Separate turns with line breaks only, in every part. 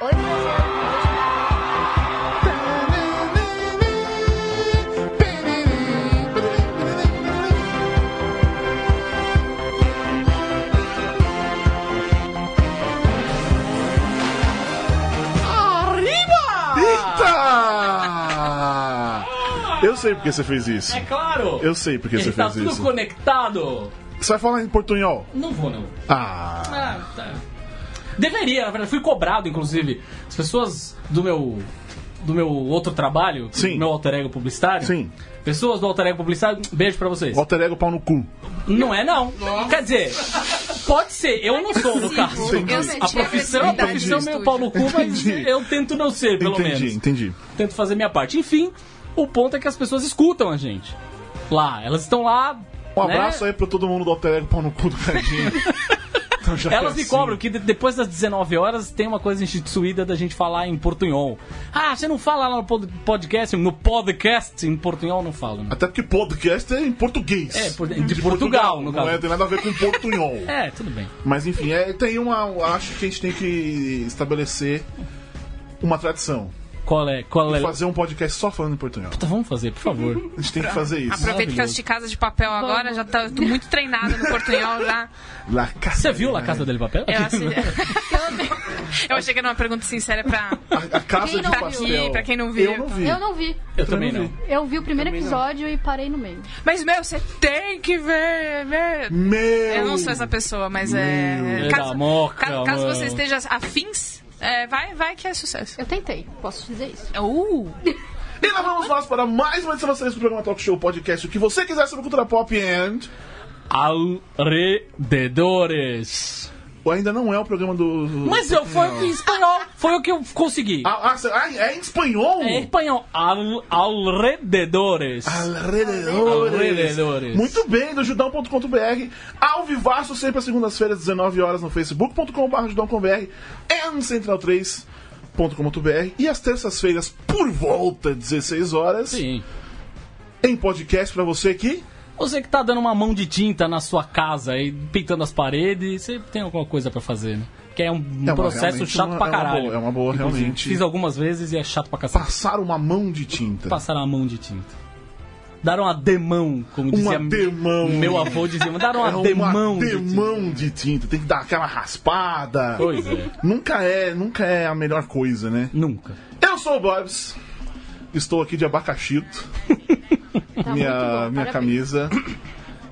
Oi, Brasil.
Eita! Eu sei porque você fez isso.
É claro!
Eu sei porque
Ele
você
tá
fez
tudo
isso.
conectado!
Você vai falar em portunhol?
Não vou, não.
Ah,
Ah, tá. Deveria, na verdade, fui cobrado, inclusive. As pessoas do meu. Do meu outro trabalho,
Sim.
do meu alter ego publicitário.
Sim.
Pessoas do alter ego publicitário, um beijo pra vocês.
alter ego é pau no cu.
Não é, não. Quer dizer, pode ser, eu não sou, no caso.
Sim.
Eu senti
A profissão, a
agressividade
profissão é
no
meio
estúdio.
pau no cu, mas
Entendi.
eu tento não ser, pelo
entendi,
menos.
entendi.
Tento fazer minha parte. Enfim, o ponto é que as pessoas escutam a gente. Lá, elas estão lá.
Um
né?
abraço aí pra todo mundo do alter ego pau no cu do Cadinho. Então já
Elas
que
me
é assim.
cobram que de- depois das 19 horas tem uma coisa instituída da gente falar em portunhol. Ah, você não fala lá no pod- podcast, no podcast em portunhol não falo. né?
Até porque podcast é em português.
É, por- de Portugal, no
Não
caso.
é, tem nada a ver com portunhol.
É, tudo bem.
Mas enfim, é, tem uma. eu Acho que a gente tem que estabelecer uma tradição.
Qual é? Qual é?
Fazer um podcast só falando em portunhol.
Puta, vamos fazer, por favor.
A gente tem que fazer isso.
Aproveito que eu de casa de papel agora, já tá, eu tô muito treinada no portunhol já.
La Casa
Você
de
viu La
Papel.
Casa dele Papel?
Eu, assi- eu achei que era uma pergunta sincera pra.
A, a Casa
Quem
de
não viu?
Papel.
Pra quem não viu.
Eu não vi.
Eu não vi.
Eu também não.
Eu vi o primeiro episódio e parei no meio.
Mas, meu, você tem que ver, ver.
Meu!
Eu não sou essa pessoa, mas é.
Meu. É da moca,
ca- caso
mano.
você esteja afins, é, vai, vai que é sucesso.
Eu tentei, posso dizer isso.
Uh!
E lá vamos nós para mais uma edição do programa Talk Show Podcast. O que você quiser sobre cultura pop and...
Alrededores.
Ou ainda não é o programa do...
Mas eu foi em espanhol, foi o que eu consegui.
Ah, ah, cê- ah, é em espanhol?
É em espanhol, al, alrededores.
Alrededores.
Alrededores.
Muito bem, do judão.com.br. Ao vivaço, sempre às segundas-feiras, 19 horas no facebook.com.br judão.com.br e central3.com.br. E às terças-feiras, por volta, 16 horas,
Sim.
em podcast pra você aqui.
Você que tá dando uma mão de tinta na sua casa e pintando as paredes, você tem alguma coisa pra fazer, né? Que é um
uma-
processo
realmente
chato
uma-
pra
é uma
caralho.
boa- é uma boa,
Inclusive,
realmente.
Fiz algumas vezes e é chato pra cacete.
Passar uma mão de tinta.
Passaram a mão de tinta. Daram a demão, como dizia
demão.
meu avô dizia. Daram
Um É
a demão.
uma
de tinta.
demão de tinta. Tem que dar aquela raspada.
Pois é.
Nunca é, nunca é a melhor coisa, né?
Nunca.
Eu sou o Borbs. Estou aqui de abacaxito.
Tá muito
minha
bom,
minha
parabéns.
camisa.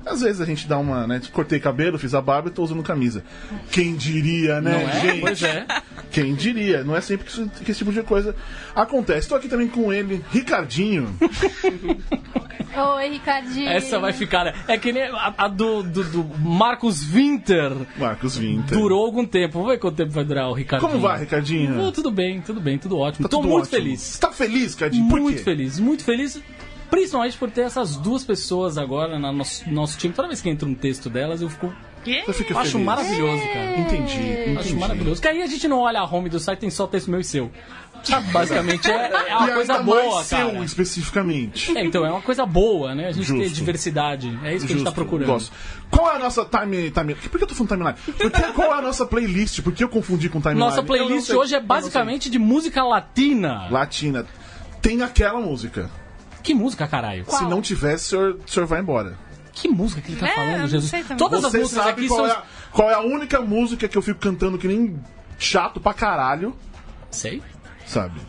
Às vezes a gente dá uma, né? Cortei cabelo, fiz a barba e tô usando camisa. Quem diria, né,
Não é?
gente?
Pois é.
Quem diria? Não é sempre que, isso- que esse tipo de coisa acontece. Estou aqui também com ele, Ricardinho.
Oi, Ricardinho.
Essa vai ficar. né? É que nem a, a do, do, do Marcos Winter.
Marcos Vinter.
Durou algum tempo. Vamos ver quanto tempo vai durar o Ricardo.
Como vai, Ricardinho?
Não, tudo bem, tudo bem, tudo ótimo.
Tá
Tô
tudo
muito
ótimo.
feliz.
Tá feliz, Ricardinho? Por
Muito
quê?
feliz, muito feliz. Principalmente por ter essas duas pessoas agora no nosso, nosso time. Toda vez que entra um texto delas, eu fico.
Você fica
Eu acho
feliz.
maravilhoso, cara.
Entendi, entendi.
Acho maravilhoso. Que aí a gente não olha a home do site, tem só texto meu e seu. Sabe, basicamente é, é
e
uma coisa
ainda
boa,
mais seu,
cara.
especificamente.
É, então, é uma coisa boa, né? A gente tem
Justo.
diversidade. É isso que a gente tá
Justo,
procurando.
Gosto. Qual é a nossa time, time... Por que eu tô falando timeline? Porque qual é a nossa playlist? Por que eu confundi com timeline?
Nossa
Eu não
playlist
sei.
hoje é
Eu não sei.
basicamente de música latina.
Latina. Tem aquela música.
Que música, caralho?
Qual?
Se não tivesse, o senhor, o senhor vai embora.
Que música que ele tá
É, eu
falando,
não
Jesus?
sei também.
Todas as
Você
músicas
sabe
aqui
qual,
são.
é a, qual é a única música que eu fico cantando que nem chato pra caralho,
Sei.
sabe?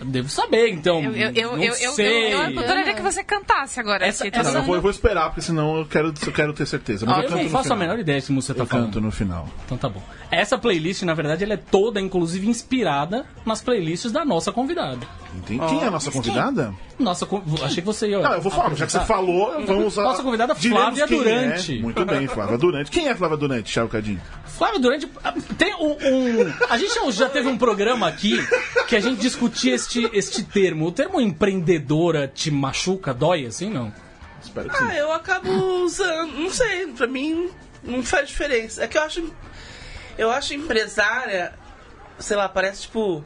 Devo saber, então.
Eu, eu, eu,
não
eu, eu,
sei.
eu adoraria que você cantasse agora.
Essa-
Tito.
essa-
Não, eu, vou, eu vou esperar, porque senão eu quero, eu quero ter certeza. Mas
Ah,
eu,
eu
canto
não
no
faço a
final.
menor ideia se música tá
Eu
falando.
canto no final.
Então tá bom. Essa playlist, na verdade, ela é toda, inclusive, inspirada nas playlists da nossa convidada.
Entendi. Quem é
Ah,
a nossa convidada?
Nossa, con- achei que você ia.
Não, eu vou falar, já que você falou, vamos usar.
Nossa convidada,
Diremos
Flávia
quem
Durante.
É. Muito bem, Flávia Durante. Quem é Flávia Durante, Thiago Cadinho?
Flávio Durante. ah, Tem um. um- a gente já- já teve um programa aqui que a gente discutia este, este termo. O termo empreendedora te machuca, dói assim, não?
Espero que
Ah,
sim. É
eu acabo usando, não sei, pra mim não faz diferença. É que eu acho. Eu acho empresária, sei lá, parece tipo.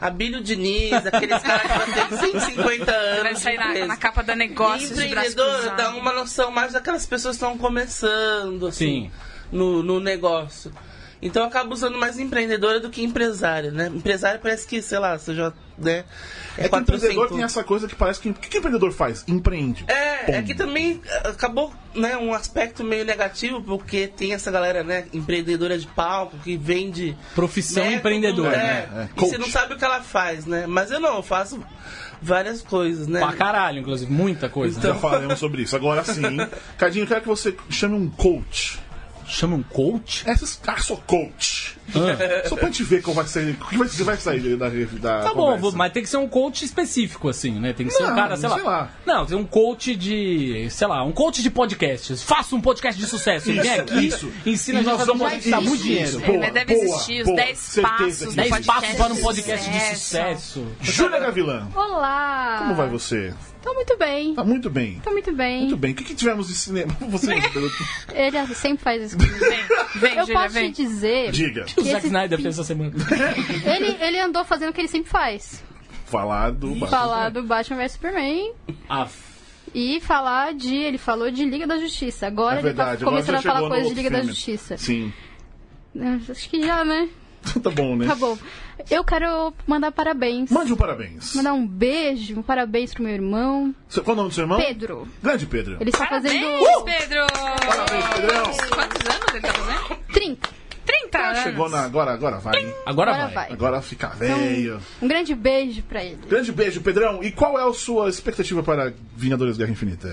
Abílio Diniz, aqueles caras que já tem 150
é
anos.
Vai sair
de
na,
empresa.
na capa da
E
negócio de braço
empreendedor dá
cruzado.
uma noção mais daquelas pessoas que estão começando, assim,
Sim.
no, no negócio. Então eu acabo usando mais empreendedora do que empresário, né? Empresário parece que, sei lá, você já. Né,
É que empreendedor tem essa coisa que parece que. O que, que empreendedor faz? Empreende.
É, é
Ponto.
que também eh, acabou né, um aspecto meio negativo, porque tem essa galera, né, empreendedora de palco, que vende.
Profissão
método,
empreendedora,
É,
né? É,
E você
coach.
não sabe o que ela faz, né? Mas eu não, eu faço várias coisas, né?
Pra caralho, inclusive, muita coisa.
Já
né?
falaremos sobre isso. Agora sim. Cadinho, eu quero que você chame um coach.
Chama um coach?
Essas. Ah, sou coach. Só pra gente ver como vai ser. O que vai, vai sair da. da
Ah. Tá bom, vou-
conversa.
mas tem que ser um coach específico, assim, né? Tem que ser
Não,
um cara, sei,
sei
lá.
lá.
Não, tem um coach de. sei lá, um coach de podcasts. Faça um podcast de sucesso. Ele vem
Isso,
aqui,
isso. é
ensina a gente a fazer um
vamos-
podcast. Dá muito
isso,
dinheiro.
isso.
Boa,
Né, deve
boa,
existir os
boa,
10
certeza
passos
que
do É,
10
existe.
passos para um
de
podcast de
sucesso.
sucesso.
Júlia Gavilã,
Olá!
como vai você?
Tô muito bem.
Tá muito bem.
Tô muito bem.
Muito bem. O que, que tivemos de cinema? Você
Ele sempre faz isso comigo.
Vem,
Eu
Júlia,
posso te
vem.
dizer.
diga.
O Zack
esse
Snyder fez um- essa semana.
Ele, ele andou fazendo o que ele sempre faz:
Falar do.
falar do Batman vs Superman
Ah,
e falar de. Ele falou de Liga da Justiça. Agora
É
ele
verdade.
tá
Agora
começando
já
a falar
chegou no
coisa de Liga da
filme.
Justiça.
Sim.
Eu Acho que já, né?
Tá bom, né?
Tá bom. Eu quero mandar parabéns.
Mande um parabéns.
Mandar um beijo, um parabéns pro meu irmão,
Seu- Qual é o nome do seu irmão?
Pedro.
Grande Pedro.
Ele está
Parabéns,
tá fazendo Uh!
Pedro!
Parabéns, Pedrão.
Quantos anos ele tá fazendo?
30.
30 anos.
Ah, Chegou na. Agora, agora vai. hein?
agora
Agora
vai.
vai.
Agora fica
é. Então,
velho.
um grande beijo pra ele.
Grande beijo, Pedrão. E qual é a sua expectativa para Vingadores Guerra Infinita?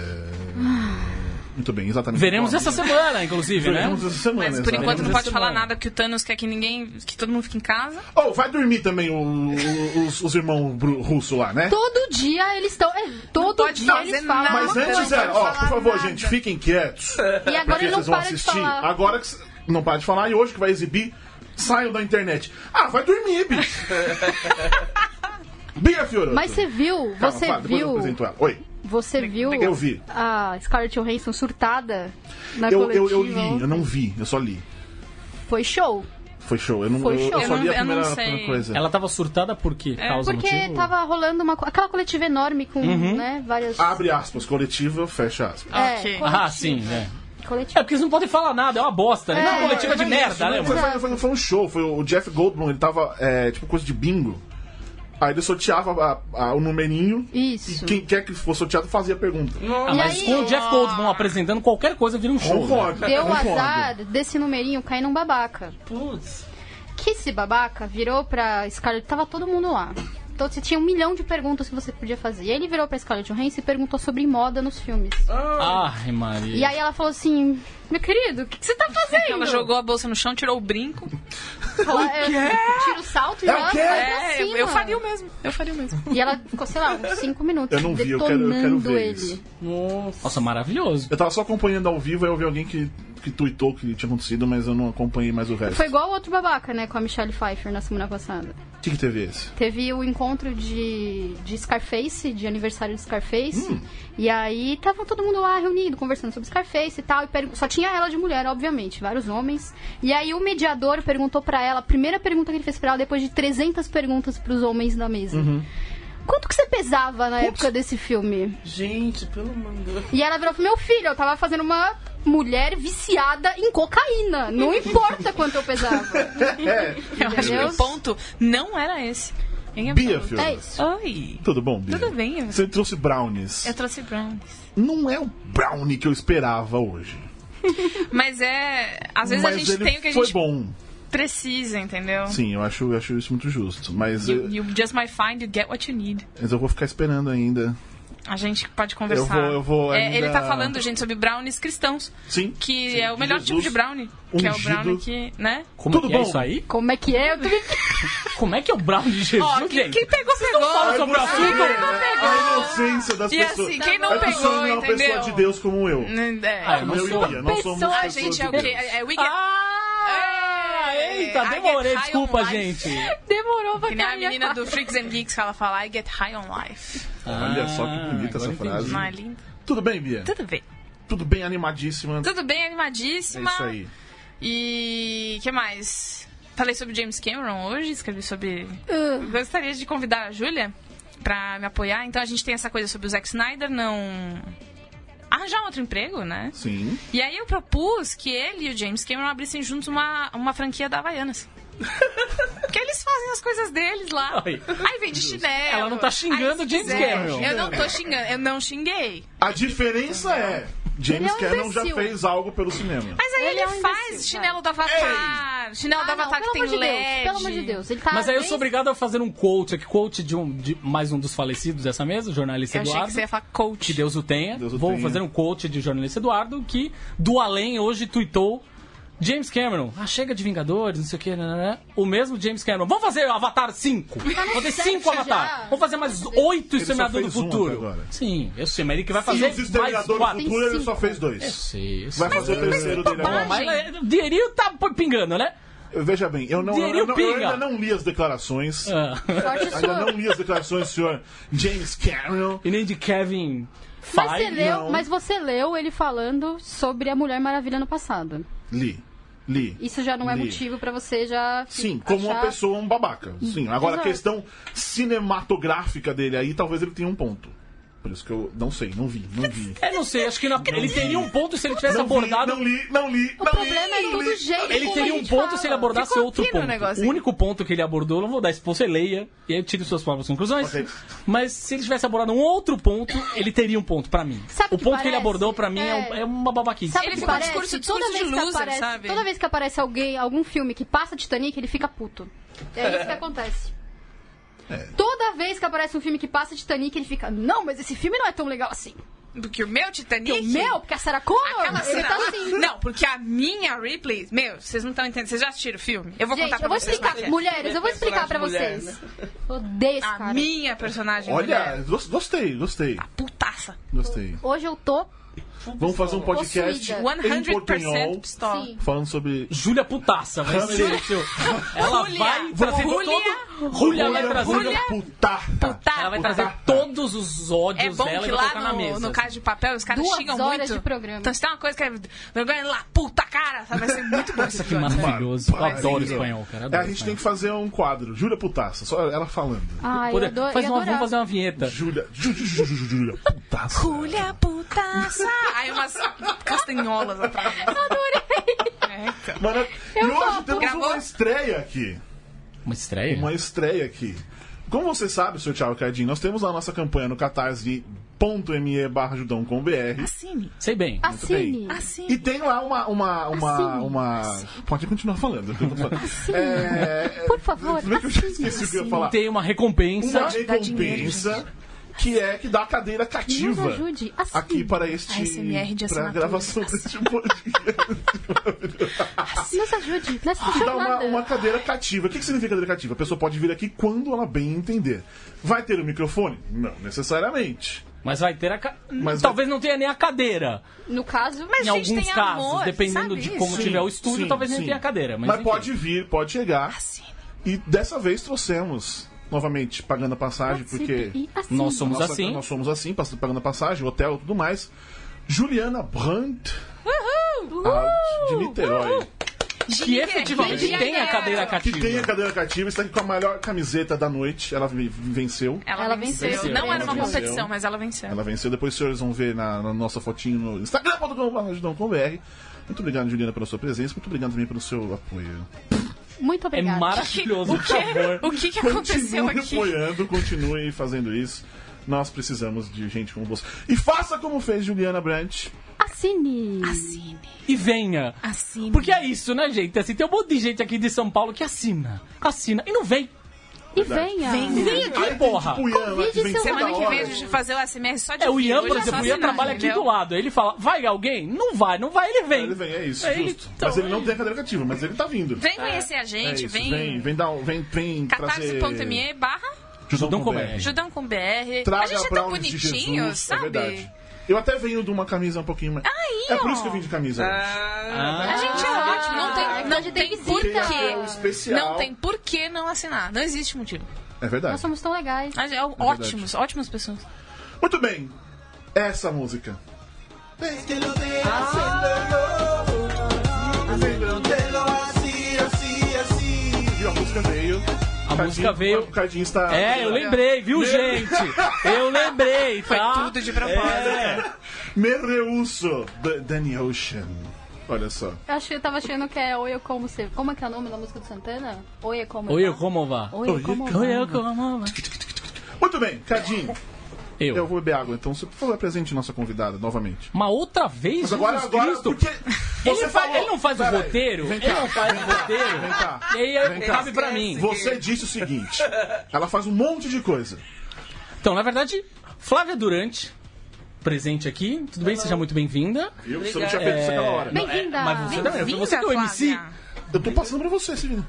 Ah.
Muito bem, exatamente.
Veremos
Bom,
essa semana, inclusive, né?
Veremos essa semana,
Mas por enquanto
exatamente.
não
Essa
pode falar
semana.
nada que o Thanos quer que ninguém. que todo mundo fique em casa.
Oh, vai dormir também o- o- os, os irmãos bru- russo lá, né?
Todo dia eles estão. é, todo
pode
dia
fazer
eles falam.
nada.
Mas
Não,
antes,
não
é,
pode
ó,
falar
por favor,
nada.
gente, fiquem quietos.
É.
E agora
Porque
ele não
vocês vão
para de
assistir. Ah,
falar.
Agora que s- não para de falar, e hoje que vai exibir, saiam da internet. Ah, vai dormir, bicho. Bia Fiorotto.
Mas você viu,
Calma,
você
fala, depois eu
viu,
apresento ela. Oi.
você viu
Eu vi.
a Scarlett Johansson surtada na
Eu, eu,
coletiva.
eu li, eu não vi, eu só li.
Foi show.
Foi show. Eu não
Foi
eu-
show.
Eu só
Eu
li a
não- eu não
primeira,
sei.
primeira coisa.
Ela tava surtada por quê? Causa
É, Porque
motivo?
tava rolando uma co- aquela coletiva enorme com, né, várias
Abre aspas, coletiva, fecha aspas.
é,
Ok.
coletiva.
Ah, sim, é. É
Coletiva.
porque eles não podem falar nada, é uma bosta. né?
É.
Não, coletiva de
Não,
merda,
não,
né?
Foi,
mano?
foi, foi- foi um show, foi o Jeff Goldblum, ele tava, é, tipo, coisa de bingo. Aí ele sorteava a- a- o numerinho
Isso.
e quem quer que fosse sorteado fazia a pergunta.
Ah,
E
mas
aí-
com o Jeff Goldblum apresentando qualquer coisa vira um show. né?
Concordo,
Deu o
concordo.
azar desse numerinho cair num babaca.
Putz.
Que esse babaca virou pra Scarlett, tava todo mundo lá. Então você tinha um milhão de perguntas que você podia fazer. E ele virou pra Scarlett Johansson e perguntou sobre moda nos filmes.
Ai, Maria.
E aí ela falou assim, meu querido, o que, que você tá fazendo?
Ela jogou a bolsa no chão, tirou o brinco.
Ela, é, tira o salto e
É o
ela
quê?
vai pra
É, eu,
cima.
eu faria o mesmo. Eu faria o mesmo.
E ela ficou, sei lá, uns 5 minutos
Eu não vi, eu quero- eu
detonando
quero ver
ele.
isso.
Nossa, maravilhoso.
Eu tava só acompanhando ao vivo, aí eu vi alguém que, que tuitou que tinha acontecido, mas eu não acompanhei mais o resto.
Foi igual o outro babaca, né, com a Michelle Pfeiffer na semana passada.
O que, que teve esse?
Teve o encontro de, de Scarface, de aniversário de Scarface. E aí tava todo mundo lá reunido, conversando sobre Scarface e tal. E pergu- Só tinha ela de mulher, obviamente, vários homens. E aí o mediador perguntou pra ela, a primeira pergunta que ele fez pra ela, depois de 300 perguntas pros homens da mesa. Quanto que você pesava na época desse filme?
Gente, pelo amor de Deus.
E ela virou pro meu filho, eu tava fazendo uma mulher viciada em cocaína. Não importa quanto eu pesava.
Eu acho que
Entendeu?
o ponto não era esse. Hein,
Bia,
Abel?
filho.
É isso.
Oi.
Tudo bom, Bia?
Tudo bem, eu-
Você trouxe brownies.
Eu trouxe brownies.
Não é o brownie que eu esperava hoje.
Mas é. Às vezes
mas
a gente
ele
tem o que a
foi
gente
bom.
precisa, entendeu?
Sim, eu acho, eu acho isso muito justo. Mas,
You,
eu,
you just might find, you get what you need.
mas eu vou ficar esperando ainda.
A gente pode conversar.
Eu vou- eu vou
É,
ainda-
Ele tá falando, gente, sobre brownies cristãos.
Sim.
Que
Sim,
é o melhor
Jesus
tipo de brownie. Que é o
ungido.
brownie que, né?
Como
Tudo
que
bom?
é isso aí?
Como é que é? Eu tô me
Como é que é o brownie de Jesus,
Ó, quem,
gente?
quem pegou, pegou.
falam sobre o assunto?
Quem não
É A
pegou.
inocência das
E
pessoas.
assim, quem não
a pessoa
pegou,
não é uma
entendeu?
pessoa de Deus como eu.
É.
Ah, eu não
eu
sou.
e Bia, não somos
Pessoa,
A
pessoas
gente
de
é o quê?
Deus.
É, é we get...
Ah,
É.
eita,
I get
demorei,
high
desculpa,
on life.
gente.
demorou pra
Que nem a
cair minha
menina
fala.
do Freaks and Geeks que ela fala I get high on life.
Olha só que bonita
Ah,
essa
agora
frase.
Não é linda?
Tudo bem, Bia?
Tudo bem.
Tudo bem, animadíssima.
Tudo bem,
É
animadíssima.
isso aí.
E que mais? Falei sobre James Cameron hoje, escrevi sobre.
Ah.
Gostaria de convidar a Júlia pra me apoiar. Então a gente tem essa coisa sobre o Zack Snyder, não. A arranjar um outro emprego, né?
Sim.
E aí eu propus que ele e o James Cameron abrissem juntos uma, uma franquia da Havaianas. Porque eles fazem as coisas deles lá.
Ai.
aí vem de chinelo.
Ela não tá xingando
aí se
o James
quiser.
Cameron.
Eu não tô xingando, eu não xinguei.
A diferença é.
Ele
James
é um
Cameron já
imbecil.
fez algo pelo cinema.
Mas aí ele,
Ele é um
faz
imbecil,
chinelo do Avatar, chinelo do
Ah, não,
Avatar
pelo
que tem
amor de
LED.
Deus, pelo amor de Deus. Ele tá
Mas aí eu
bem-
sou obrigado a fazer um quote aqui, quote de, um, de mais um dos falecidos dessa mesa, o jornalista
Eu achei
Eduardo.
que você ia falar
Que
coach.
Deus o tenha.
Deus o
Vou
tenha.
fazer um quote de jornalista Eduardo que do além hoje tuitou James Cameron. Ah, chega de Vingadores, não sei o que, né. O mesmo James Cameron. Vamos fazer Avatar 5. Vamos fazer
certo
5
já.
Avatar. Vamos fazer mais 8
Ele só
Semeador do
fez um
Futuro.
até agora.
Sim, eu sei, mas ele que vai
E
fazer
os
mais
Exterminador do
4.
Futuro ele só fez
Eu
dois.
sei, eu sei.
Vai fazer o
é
terceiro dele
Bom,
agora.
mas é, o dinheirinho tá pingando, né?
Veja bem, eu, não, eu,
Diria o
não- eu
Pinga.
ainda não li as declarações.
Ah.
Sorte sua.
Ainda não li as declarações do senhor James Cameron.
E nem de Kevin
Mas você,
Feige.
leu,
não.
mas você leu ele falando sobre a Mulher Maravilha no passado.
Li. Li.
Isso já não é
Li.
motivo pra você já. fi-
Sim, como uma
achar-
pessoa, um babaca. Sim. Agora,
Exato.
a questão cinematográfica dele aí, talvez ele tenha um ponto. Por isso que eu não sei, não vi, não vi.
É, não sei, acho que na- ele teria um ponto se ele tivesse
não
abordado.
vi, não li, não li,
O
não
problema
li,
é
não
todo
li.
jeito.
Ele
como
teria
a
um
gente
ponto
fala.
se ele abordasse
Ficou
outro
fino o
ponto.
negócio,
O
hein?
único ponto que ele abordou, eu não vou dar esse ponto, você leia, e aí eu tire suas próprias conclusões.
Ok.
Mas se ele tivesse abordado um outro ponto, ele teria um ponto pra mim.
Sabe
o
que
ponto que ele
parece?
abordou pra mim é, um-
É.
é uma babaquice.
Sabe
Ele
o que
fica um
parece?
discurso-
toda
discurso
vez
de
que
loser,
aparece,
sabe?
Toda vez que aparece alguém, algum filme que passa Titanic, ele fica puto. É isso que acontece.
É.
Toda vez que aparece um filme que passa Titanic, ele fica, não, mas esse filme não é tão legal assim.
Do que o meu Titanic?
Porque o meu, porque a Sarah Connor,
Aquela
ele
cena
tá
lá-
assim.
Não, porque a minha Ripley. Meu, vocês não estão entendendo. Vocês já assistiram o filme? Eu vou contar
Gente,
pra
eu vou
vocês.
explicar,
mas é.
mulheres, eu vou explicar pra
Personagem
vocês.
mulher,
Odeio esse
A
cara.
minha personagem.
Olha,
né?
mulher.
gos- gostei, gostei,
Putaça.
gostei.
Hoje eu tô.
Vamos fazer um podcast
Possuída.
em
100%
portunhol
pistola.
É. Sim.
falando sobre...
Júlia putaça, vai ser
Júlia-
o seu. Ela
Júlia.
vai trazer
Júlia.
todo. Júlia vai trazer.
Júlia.
Putaca.
Tá.
Ela vai trazer todos os
É
ódios
bom
dela
que
e vai
lá
colocar na
no,
mesa.
no caso de papel os caras
Duas
xingam
horas
muito.
de programa.
Então se tem uma coisa que é vergonha lá, puta cara, sabe? Vai ser muito bom esse
Que
episódio.
maravilhoso. Eu
Maravilha.
adoro espanhol, cara.
É,
adoro
a gente tem
espanhol.
que fazer um quadro. Júlia Putaça, só ela falando.
Ai,
Poder-
eu adoro.
Faz
eu
uma, vamos
adorava.
fazer uma vinheta.
Júlia, Jú- Jú- Jú- Jú- Júlia Putaça.
Júlia putaça. Aí umas castanholas atrás. É, Adorei.
Mano, e hoje
topo.
temos
Acabou?
uma estreia aqui.
Uma estreia?
Uma estreia aqui. Como você sabe, seu Thiago Cardinho, nós temos a nossa campanha no catarse.me barra judão com BR.
Assine.
Sei bem.
Assine.
Assine.
E tem lá uma. uma, uma,
Assim.
uma... Pode continuar falando. eu tô falando. É,
Por favor,
Tudo bem que eu já esqueci o que eu ia falar.
Tem uma recompensa.
Uma
dá dinheiro,
recompensa que é que dá a cadeira cativa.
Nos ajude, assim.
Aqui para este.
ASMR de
para a
assinatura.
gravação deste podcast.
Nos ajude nessa
que dá uma,
jornada.
uma cadeira cativa. O que, que significa cadeira cativa? A pessoa pode vir aqui quando ela bem entender. Vai ter o microfone? Não necessariamente.
Mas vai ter a. Ca...
Mas vai-
talvez não tenha nem a cadeira.
No caso,
Mas
em
gente,
alguns
tem
casos,
amor,
dependendo
sabe
de
isso?
como
Sim,
tiver o estúdio,
Sim,
talvez nem
sim.
tenha a cadeira. Mas,
Mas
enfim.
pode vir, pode chegar.
Assine.
E dessa vez trouxemos, novamente, pagando a passagem, porque.
participe e assine.
Nós somos
Nossa,
assim.
Nós somos assim, pass- pagando a passagem, hotel e tudo mais. Juliana Brandt, de Niterói,
Que efetivamente
Gente,
tem a cadeira
que
cativa.
tem a cadeira cativa, está aqui com a melhor camiseta da noite. Ela v- venceu.
Ela,
Ela
venceu.
venceu.
Não era uma
Venceu.
competição, mas ela venceu.
Ela venceu. Depois os senhores vão ver na, na nossa fotinho no instagram.com.br. Muito obrigado, Juliana, pela sua presença. Muito obrigado também pelo seu apoio.
Muito
É
obrigada.
maravilhoso,
O
por
quê?
favor.
O que, que aconteceu
Então, continue
aqui?
apoiando, continue fazendo isso. Nós precisamos de gente como você. E faça como fez Juliana Brandt.
Assine.
Assine.
E venha.
Assine.
Porque é isso, né, gente? Assim, tem um monte de gente aqui de São Paulo que assina. Assina. E não vem.
E venha.
Venha.
Vem aqui, porra.
Tipo, Ian, lá que vem
seu
toda
Semana que
hora.
vem a gente vai fazer o SMR só de
É o
ouvir.
Ian,
Hoje
por
tá é só
exemplo. O Ian
assinar,
trabalha aqui
entendeu?
do lado. Ele fala, vai alguém? Não vai, não vai, ele vem.
Ele vem, é isso,
É ele-
justo.
então,
mas ele não tem a cadeira cativa, mas ele tá vindo.
Vem conhecer a
É
gente,
isso,
vem.
vem, vem, dar, um- vem, vem trazer...
catarse.me barra
Judão com BR.
Judão com BR. a
Traga
gente é
pra
tão
onde de
bonitinho,
Jesus, É
sabe?
verdade. Eu até venho de uma camisa um pouquinho mais...
Aí,
é por
ó.
isso que eu vim de camisa.
Ah,
a gente é
Ah,
ótimo, não
é
tem,
que
não
a gente tem
tem por
visita.
quê.
É um
especial.
então. Não tem por que não assinar. Não existe motivo.
É verdade.
Nós somos tão legais.
A gente é ótimos, ótimas pessoas.
Muito bem. Essa música.
Hacéndelo así, así, así.
E a música veio
A música veio.
O Cardinho está.
É, eu lembrei, viu, gente? Eu lembrei,
Foi
tá?
tudo de propósito.
É.
Merreuso, D- Danny Ocean. Olha só.
Eu, achei, eu tava achando que é Oye Como Se. Como é que é o nome da música do Santana? Oye Como Tá?
Oi,
Va.
como vá?
Oye Como Va.
Oi, como vá?
Muito bem, Cadinho, eu
Eu.
vou beber água, então, por favor, apresente nossa convidada novamente.
Uma outra vez,
Mas
Jesus
agora, agora
Cristo.
porque
Ele,
você
fa-
falou-
ele não faz o
Pera aí,
roteiro?
vem
Ele
cá.
não faz o roteiro?
Vem cá.
E aí
Vem cá.
cabe pra mim.
Você disse o seguinte: ela faz um monte de coisa.
Então, na verdade, Flávia Durante, presente aqui. Tudo bem? Seja muito bem-vinda.
Eu você não
Obrigado.
tinha feito isso naquela
É.
hora.
Bem-vinda!
é, Mas você também.
Vinda,
Você que é o MC.
Flávia.
Eu tô passando pra você, Celina.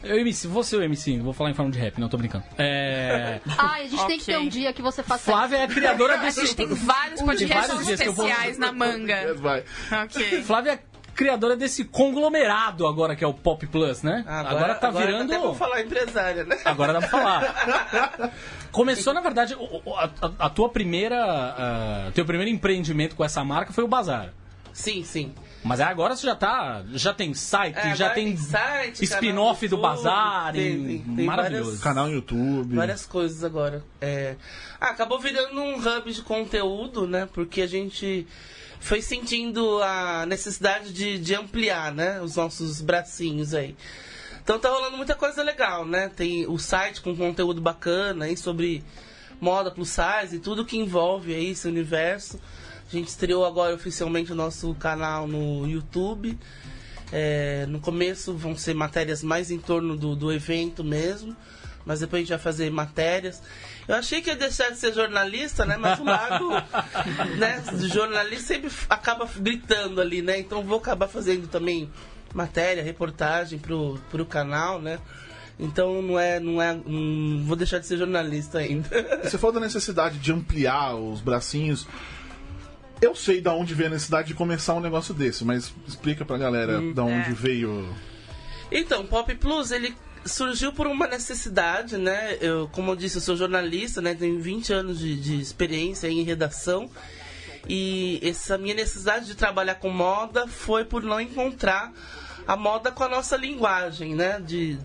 Eu, MC, você é o MC. Vou falar em forma de rap, não tô brincando. É...
Ai, a gente tem que
Ok.
ter um dia que você faça
Flávia é a criadora
A
desse...
gente tem vários
vários
podcasts
dias que eu vou-
especiais na manga.
É, Vai.
Ok.
Flávia é a criadora desse conglomerado agora que é o Pop Plus, né? Agora, tá virando...
Até vou falar empresária, né?
Agora dá pra falar. Começou, na verdade, o- o- a, a- a tua primeira... ah, teu primeiro empreendimento com essa marca foi o Bazar.
Sim, sim.
Mas é agora você já tá... Já tem site,
É,
já
agora
tem...
site,
Spin-off
canal
do Bazar, e-
tem- tem- tem
maravilhoso.
várias-
Canal no YouTube.
Várias coisas agora. É... Ah, acabou virando um hub de conteúdo, né? Porque a gente foi sentindo a necessidade de, de ampliar, né? Os nossos bracinhos aí. Então tá rolando muita coisa legal, né? Tem o site com conteúdo bacana aí sobre moda plus size e tudo que envolve aí esse universo. A gente estreou agora oficialmente o nosso canal no YouTube. É, no começo vão ser matérias mais em torno do, do evento mesmo, mas depois a gente vai fazer matérias. Eu achei que ia deixar de ser jornalista, né? Mas o lado né, do jornalista sempre f- acaba gritando ali, né? Então vou acabar fazendo também matéria, reportagem pro, pro canal, né? Então não é, não é, não vou deixar de ser jornalista ainda.
Você falou da necessidade de ampliar os bracinhos. Eu sei da onde veio a necessidade de começar um negócio desse, mas explica pra galera
Hum,
da onde
é.
veio.
Então, Pop Plus, ele surgiu por uma necessidade, né? Eu, como eu disse, eu sou jornalista, né? Tenho 20 anos de, de experiência em redação. E essa minha necessidade de trabalhar com moda foi por não encontrar a moda com a nossa linguagem, né? De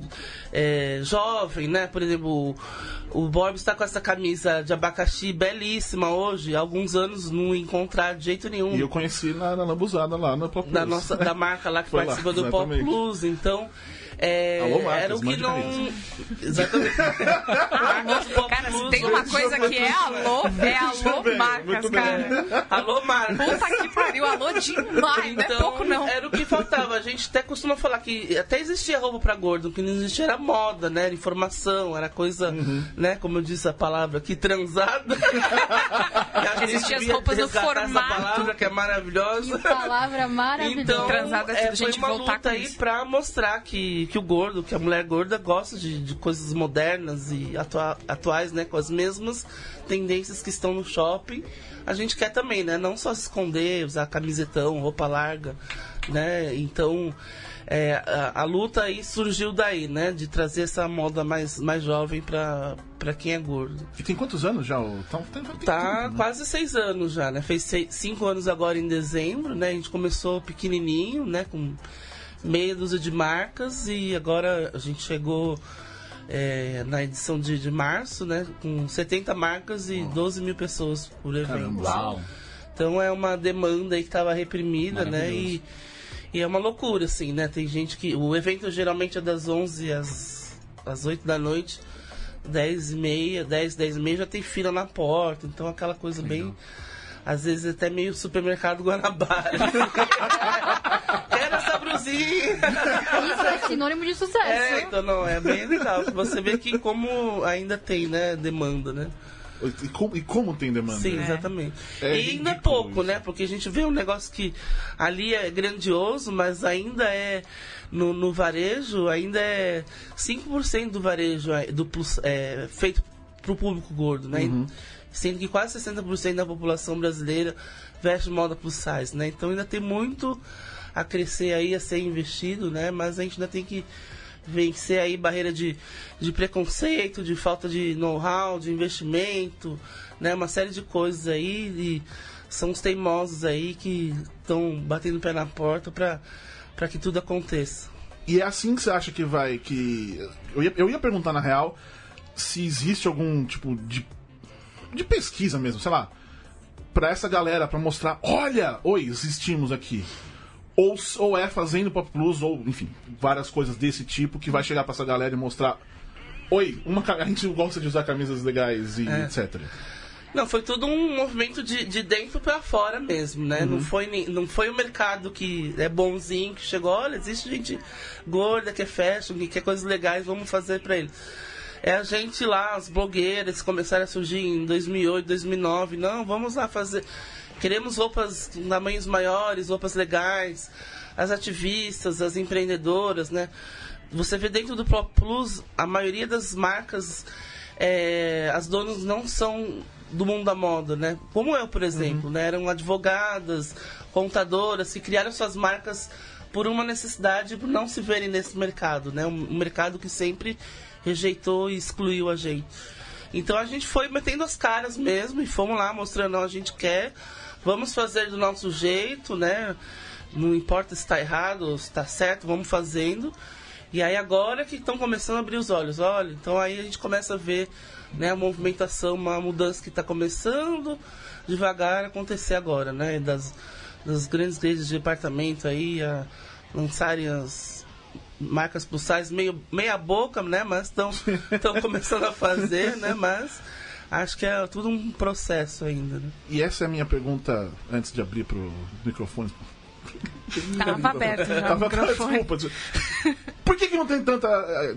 é, jovem, né? Por exemplo, o, o Bob está com essa camisa de abacaxi belíssima hoje. Há alguns anos não encontrar de jeito nenhum
E eu conheci na, na lambuzada lá no próprio.
da nossa da marca lá que
Foi lá,
participa do Pop
exatamente.
Plus, então é,
Alô, marcas,
era o que
mande
não
camisa.
exatamente Marcas Pop
Cara, se
Plus,
tem uma coisa que é alô, é
Muito
alô
bem,
marcas,
muito bem.
cara.
alô marca
Puta que pariu, alô demais, não
Então,
é pouco não.
era o que faltava. A gente até costuma falar que até existia roupa pra gordo, o que não existia era moda, né? Era informação, era coisa,
Uhum.
né? Como eu disse a palavra aqui, transada. Eu acho que a gente
Existiam as
devia
roupas no
resgatar
formato.
Essa palavra que é maravilhosa.
Que palavra maravilhosa.
Então,
Transada é
é,
tudo,
foi
gente,
uma
voltar
luta
com
aí
isso.
pra mostrar que, que o gordo, que a mulher gorda gosta de, de coisas modernas e atua- atuais, né? Com as mesmas tendências que estão no shopping. A gente quer também, né? Não só se esconder, usar camisetão, roupa larga, né? Então, é, a, a luta aí surgiu daí, né? De trazer essa moda mais, mais jovem pra, pra quem é gordo.
E tem quantos anos já? o- Tá, tem- tem
Tá
tempo, né?
quase seis anos já, né? Fez sei- cinco anos agora em dezembro, né? A gente começou pequenininho, né? Com meia dúzia de marcas e agora a gente chegou é, na edição de, de março, né? Com 70 marcas e 12 mil pessoas por evento.
Caramba.
Uau.
Então é uma demanda aí que estava reprimida, né? E, e é uma loucura, assim, né? Tem gente que. O evento geralmente é das 11 às, às 8 da noite, 10 e meia, 10, 10 e meia já tem fila na porta. Então aquela coisa bem. Às vezes até meio supermercado Guanabara. Quero essa brusinha!
Isso é sinônimo de sucesso.
É, então não, é bem legal. Você vê que como ainda tem, né, demanda, né?
E como, e como tem demanda?
Sim,
né?
exatamente.
É
e ainda é
ridículo
pouco,
isso.
né? Porque a gente vê um negócio que ali é grandioso, mas ainda é no, no varejo, ainda é 5% do varejo é, do plus- é, feito pro público gordo, né?
Uhum.
Sendo que quase 60% da população brasileira veste moda plus size, né? Então ainda tem muito a crescer aí, a ser investido, né? Mas a gente ainda tem que vencer aí barreira de, de preconceito, de falta de know-how, de investimento, né? Uma série de coisas aí e são os teimosos aí que estão batendo o pé na porta para que tudo aconteça.
E é assim que você acha que vai. que Eu ia, eu ia perguntar, na real, se existe algum tipo de. de pesquisa mesmo, sei lá. Pra essa galera, pra mostrar, olha, oi, existimos aqui. Ou, s- ou é fazendo Pop Plus, ou, enfim, várias coisas desse tipo que vai chegar pra essa galera e mostrar. Oi, uma, ca- a gente gosta de usar camisas legais e etc.
Não, foi tudo um movimento de, de dentro pra fora mesmo, né? Não, foi, nem- não foi o mercado que é bonzinho, que chegou, olha, existe gente gorda, que é fashion, que quer coisas legais, vamos fazer pra eles. É a gente lá, as blogueiras começaram a surgir em 2008, 2009. Não, vamos lá fazer. Queremos roupas com tamanhos maiores, roupas legais. As ativistas, as empreendedoras, né? Você vê dentro do Pro Plus, a maioria das marcas, é, as donas não são do mundo da moda, né? Como eu, por exemplo, né? Eram advogadas, contadoras, que criaram suas marcas por uma necessidade, por não se verem nesse mercado, né? Um, um mercado que sempre rejeitou e excluiu a gente. Então a gente foi metendo as caras mesmo e fomos lá mostrando, ó, a gente quer, vamos fazer do nosso jeito, né? Não importa se está errado ou se está certo, vamos fazendo. E aí agora que estão começando a abrir os olhos, olha, então aí a gente começa a ver né, a movimentação, uma mudança que está começando devagar a acontecer agora, né? Das, das grandes redes de departamento aí a lançarem as marcas plus size meio meia boca, né? Mas estão estão começando a fazer, né? Mas acho que é tudo um processo ainda. Né?
E essa é a minha pergunta antes de abrir pro microfone.
Tava aberto já.
Tava-
o Tá, microfone.
Desculpa. desculpa. Por que, que não tem tanta eh,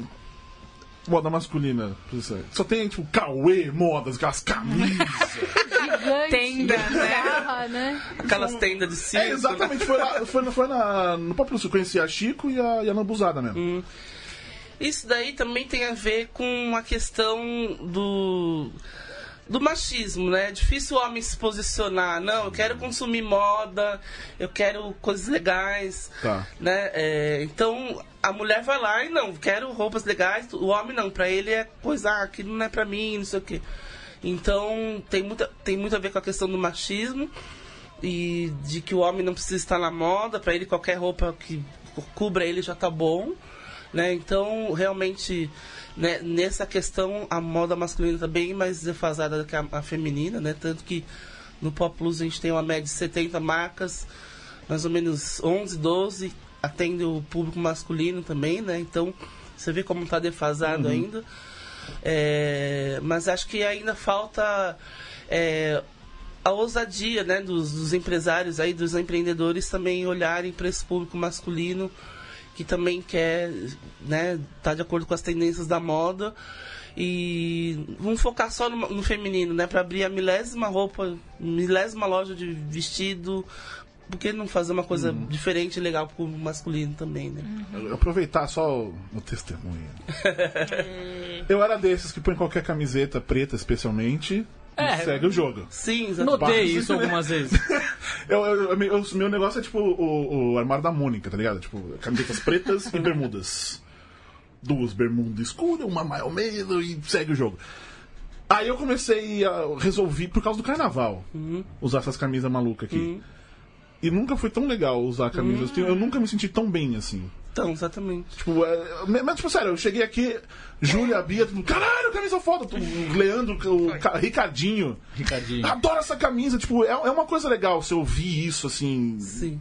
moda masculina? por isso aí? Só tem, tipo, Cauê, modas, aquelas camisas.
Gigante.
Tenda, né?
Garra, né?
Aquelas tendas de cinto.
é, exatamente. Foi, lá, foi, no- foi na, no próprio Sul. Conheci a Chico e a, e a Nambuzada mesmo.
Isso daí também tem a ver com a questão do do machismo, né? É difícil o homem se posicionar. Não, eu quero consumir moda, eu quero coisas legais,
Tá.
né? É, então a mulher vai lá e não, quero roupas legais. O homem não, pra ele é coisa, ah, aquilo não é pra mim, não sei o quê. Então tem muita tem muito a ver com a questão do machismo e de que o homem não precisa estar na moda, pra ele qualquer roupa que co- cubra ele já tá bom, né? Então, realmente, né, nessa questão a moda masculina tá bem mais defasada do que a, a feminina, né? Tanto que no Pop Plus a gente tem uma média de 70 marcas, mais ou menos 11, 12 atende o público masculino também, né? Então, você vê como tá defasado ainda. É, mas acho que ainda falta é, a ousadia né, dos, dos empresários aí, dos empreendedores também olharem para esse público masculino que também quer né, tá de acordo com as tendências da moda e vamos focar só no, no feminino, né? Para abrir a milésima roupa, milésima loja de vestido, por que não fazer uma coisa diferente e legal pro público masculino também, né?
Eu- eu Aproveitar só o, o testemunho. Eu era desses que põe qualquer camiseta preta, especialmente,
É.
e segue o jogo.
Sim, exatamente.
Notei isso algumas vezes.
Eu, eu- eu- eu- meu negócio é tipo o, o armário da Mônica, tá ligado? Tipo, camisetas pretas e bermudas. Duas bermudas escuras, uma mais ao meio e segue o jogo. Aí eu comecei a resolvi por causa do carnaval usar essas camisas malucas aqui. E nunca foi tão legal usar camisas. Eu nunca me senti tão bem assim.
Então, exatamente.
Tipo, é, mas, tipo, sério, eu cheguei aqui, Júlia, Bia, tipo, caralho, camisa foda. Tu- O Leandro, o Ca- Ricardinho.
Ricardinho.
Adoro essa camisa, tipo, é, é uma coisa legal você ouvir isso, assim.
Sim.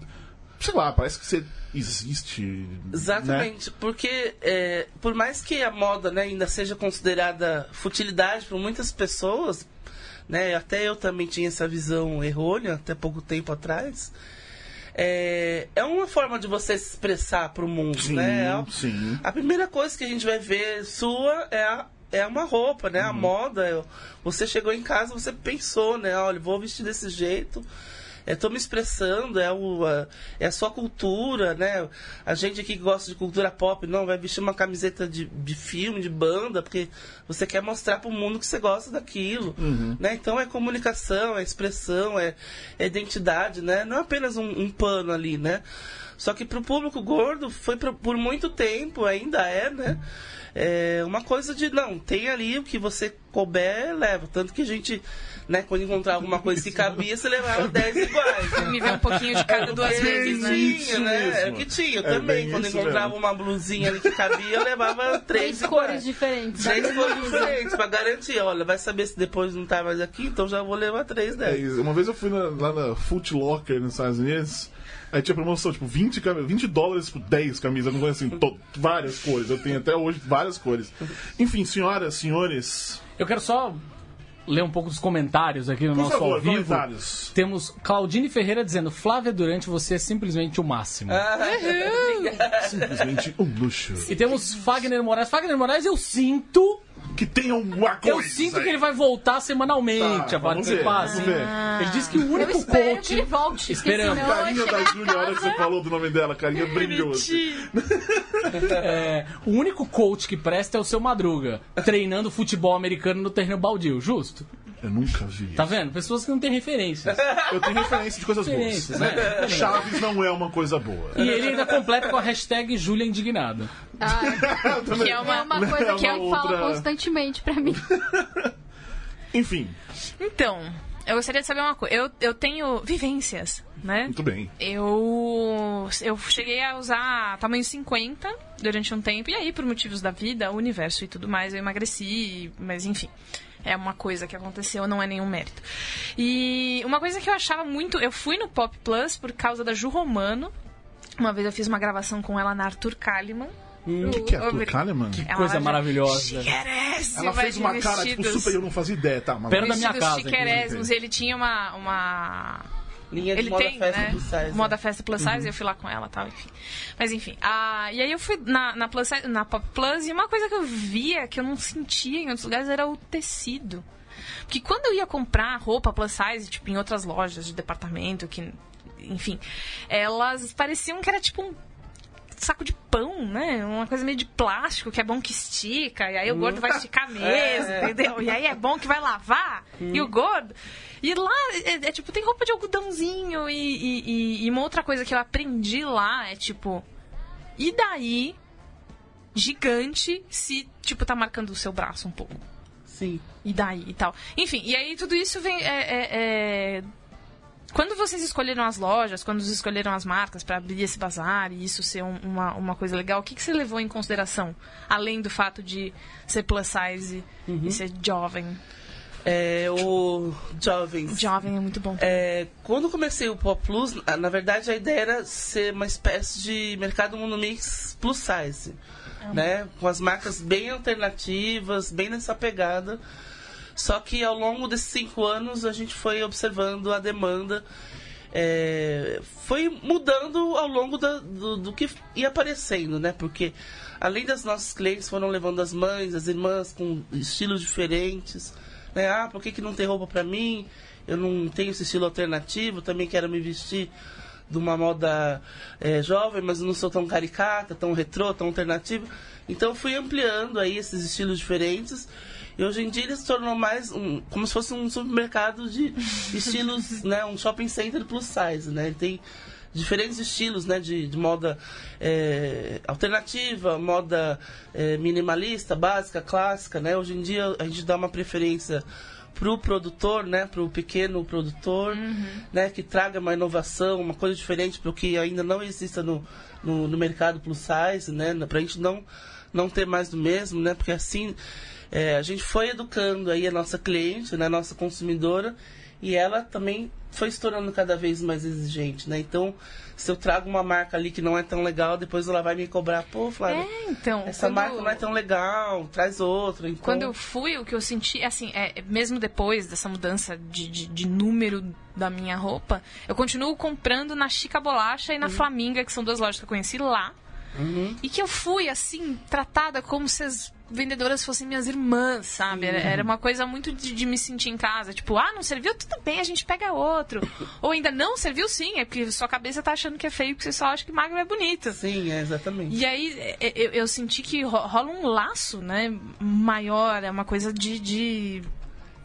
Sei lá, parece que você existe. Né?
Exatamente, porque é, por mais que a moda né, ainda seja considerada futilidade por muitas pessoas, né, até eu também tinha essa visão errônea até pouco tempo atrás, é, é uma forma de você se expressar para o mundo.
Sim,
né? É-
sim.
a primeira coisa que a gente vai ver sua é, a- é uma roupa, né? A moda. é o- Você chegou em casa, você pensou, né? Olha, vou vestir desse jeito. Estou me expressando, é, o, a, é a sua cultura, né? A gente aqui que gosta de cultura pop não vai vestir uma camiseta de, de filme, de banda, porque você quer mostrar para o mundo que você gosta daquilo, né? Então é comunicação, é expressão, é, é identidade, né? Não é apenas um, um pano ali, né? Só que pro público gordo foi pro- por muito tempo, ainda é, né? É uma coisa de, não, tem ali o que você couber, leva. Tanto que a gente, né, quando encontrava alguma coisa que cabia, você levava 10 iguais. né?
Me vê um pouquinho de cada duas
É
Porque
vezes, né?
Sim.
tinha, né? Era o que tinha. Eu
É
também,
bem
quando
isso
encontrava
mesmo.
uma blusinha ali que cabia, eu levava três
Três cores
iguais.
diferentes.
Três cores diferentes, pra garantir. Olha, vai saber se depois não tá mais aqui, então já vou levar três
É
dela.
isso. Uma vez eu fui na- lá na Foot Locker nos Estados Unidos. Aí tinha promoção, tipo, 20, cami- 20 dólares por 10 camisas, não foi assim, to- várias cores. Eu tenho até hoje várias cores. Enfim, senhoras, senhores,
Eu quero só ler um pouco dos comentários aqui no
por
nosso
favor,
ao vivo.
comentários.
Temos Claudine Ferreira dizendo: Flávia Durante, você é simplesmente o máximo.
Ah.
Simplesmente um luxo.
E temos Fagner Moraes. Fagner Moraes, eu sinto.
Que um tem alguma coisa.
Eu sinto que
aí.
ele vai voltar semanalmente
Tá,
a
vamos ver,
participar.
vamos
assim.
ver.
Ele disse que o
Ah, Eu
único
espero que
coach.
ele volte.
Esperamos.
porque senão eu
Carinha
chego
da
em
Júlia, a hora que você falou do nome dela, carinha brilhosa.
É, o único coach que presta é o seu Madruga, treinando futebol americano no terreno baldio, justo?
Eu nunca vi.
Tá vendo? Pessoas que não têm referências.
Eu tenho referência de coisas boas.
Referências, né?
Chaves não é uma coisa boa.
E ele ainda completa com a hashtag Júlia Indignada.
Que é uma, é uma coisa que
É uma
eu falo
outra-
constantemente pra mim.
Enfim,
Então, eu gostaria de saber uma coisa. Eu, eu tenho vivências, né?
muito bem.
Eu, eu cheguei a usar tamanho 50 durante um tempo, e aí, por motivos da vida, o universo e tudo mais, eu emagreci, mas enfim. É uma coisa que aconteceu, não é nenhum mérito. E uma coisa que eu achava muito. Eu fui no Pop Plus por causa da Ju Romano. Uma vez eu fiz uma gravação com ela na Arthur Kalimann.
Hum,
O que, que é a
Obrigada.
Turcalha, mano?
Ela
Coisa maravilhosa.
Chiquerésima
Ela fez
de
uma cara, tipo,
vestidos.
super, eu não fazia ideia, tá? Mas
Pera- da minha
vestidos
casa,
chiquerésimos. Ele tinha uma- uma
Linha de
ele
moda
tem,
festa
né?
plus size. é. Uhum.
Moda festa plus size, eu fui lá com ela e tal, enfim. Mas enfim. ah, e aí eu fui na, na, plus size- na Pop Plus e uma coisa que eu via, que eu não sentia em outros lugares, era o tecido. Porque quando eu ia comprar roupa plus size, tipo, em outras lojas de departamento, que. Enfim, elas pareciam que era tipo um saco de pão, né? Uma coisa meio de plástico, que é bom que estica, e aí o gordo vai esticar mesmo,
É.
entendeu? E aí é bom que vai lavar, e o gordo. E lá, é, é tipo, tem roupa de algodãozinho, e, e- e- e uma outra coisa que eu aprendi lá é tipo. E daí, gigante, se, tipo, tá marcando o seu braço um pouco
Sim.
e daí e tal. Enfim, e aí tudo isso vem. é- é- é- Quando vocês escolheram as lojas, quando vocês escolheram as marcas para abrir esse bazar e isso ser um- uma, uma coisa legal, o que, que você levou em consideração? Além do fato de ser plus size
Uhum.
e ser jovem.
É, o Jovens.
Jovem é muito bom.
É, quando eu comecei o Pop Plus, na- na verdade a ideia era ser uma espécie de mercado monomix plus size, né? Com as marcas bem alternativas, bem nessa pegada. Só que ao longo desses cinco anos a gente foi observando a demanda, é, foi mudando ao longo da- do, do que ia aparecendo, né? Porque além das nossas clientes foram levando as mães, as irmãs com estilos diferentes, né? Ah, por que, que não tem roupa pra mim? Eu não tenho esse estilo alternativo, também quero me vestir de uma moda eh, jovem, mas não sou tão caricata, tão retrô, tão alternativa. Então fui ampliando aí esses estilos diferentes. E hoje em dia ele se tornou mais um, como se fosse um supermercado de estilos, né? Um shopping center plus size, né? Ele tem diferentes estilos, né? De, de moda eh, alternativa, moda eh, minimalista, básica, clássica, né? Hoje em dia a gente dá uma preferência pro produtor, né, pro pequeno produtor, né, que traga uma inovação, uma coisa diferente pro que ainda não exista no, no, no mercado plus size, né, pra gente não não ter mais do mesmo, né, porque assim é, a gente foi educando aí a nossa cliente, né, a nossa consumidora e ela também foi se tornando cada vez mais exigente, né, então se eu trago uma marca ali que não é tão legal, depois ela vai me cobrar, pô, Flávia,
É, então.
essa
quando-
marca não é tão legal, traz outra, então...
Quando eu fui, o que eu senti, assim, é, mesmo depois dessa mudança de, de, de número da minha roupa, eu continuo comprando na Chica Bolacha e na Flaminga, que são duas lojas que eu conheci lá. E que eu fui, assim, tratada como se as vendedoras fossem minhas irmãs, sabe? Era, era uma coisa muito de, de me sentir em casa. Tipo, ah, não serviu? Tudo bem, a gente pega outro. Ou ainda não serviu, sim, é porque sua cabeça tá achando que é feio, porque você só acha que magro é bonito.
Sim, é, exatamente.
E aí é, é, eu, eu senti que ro- rola um laço, né? Maior, é uma coisa de. de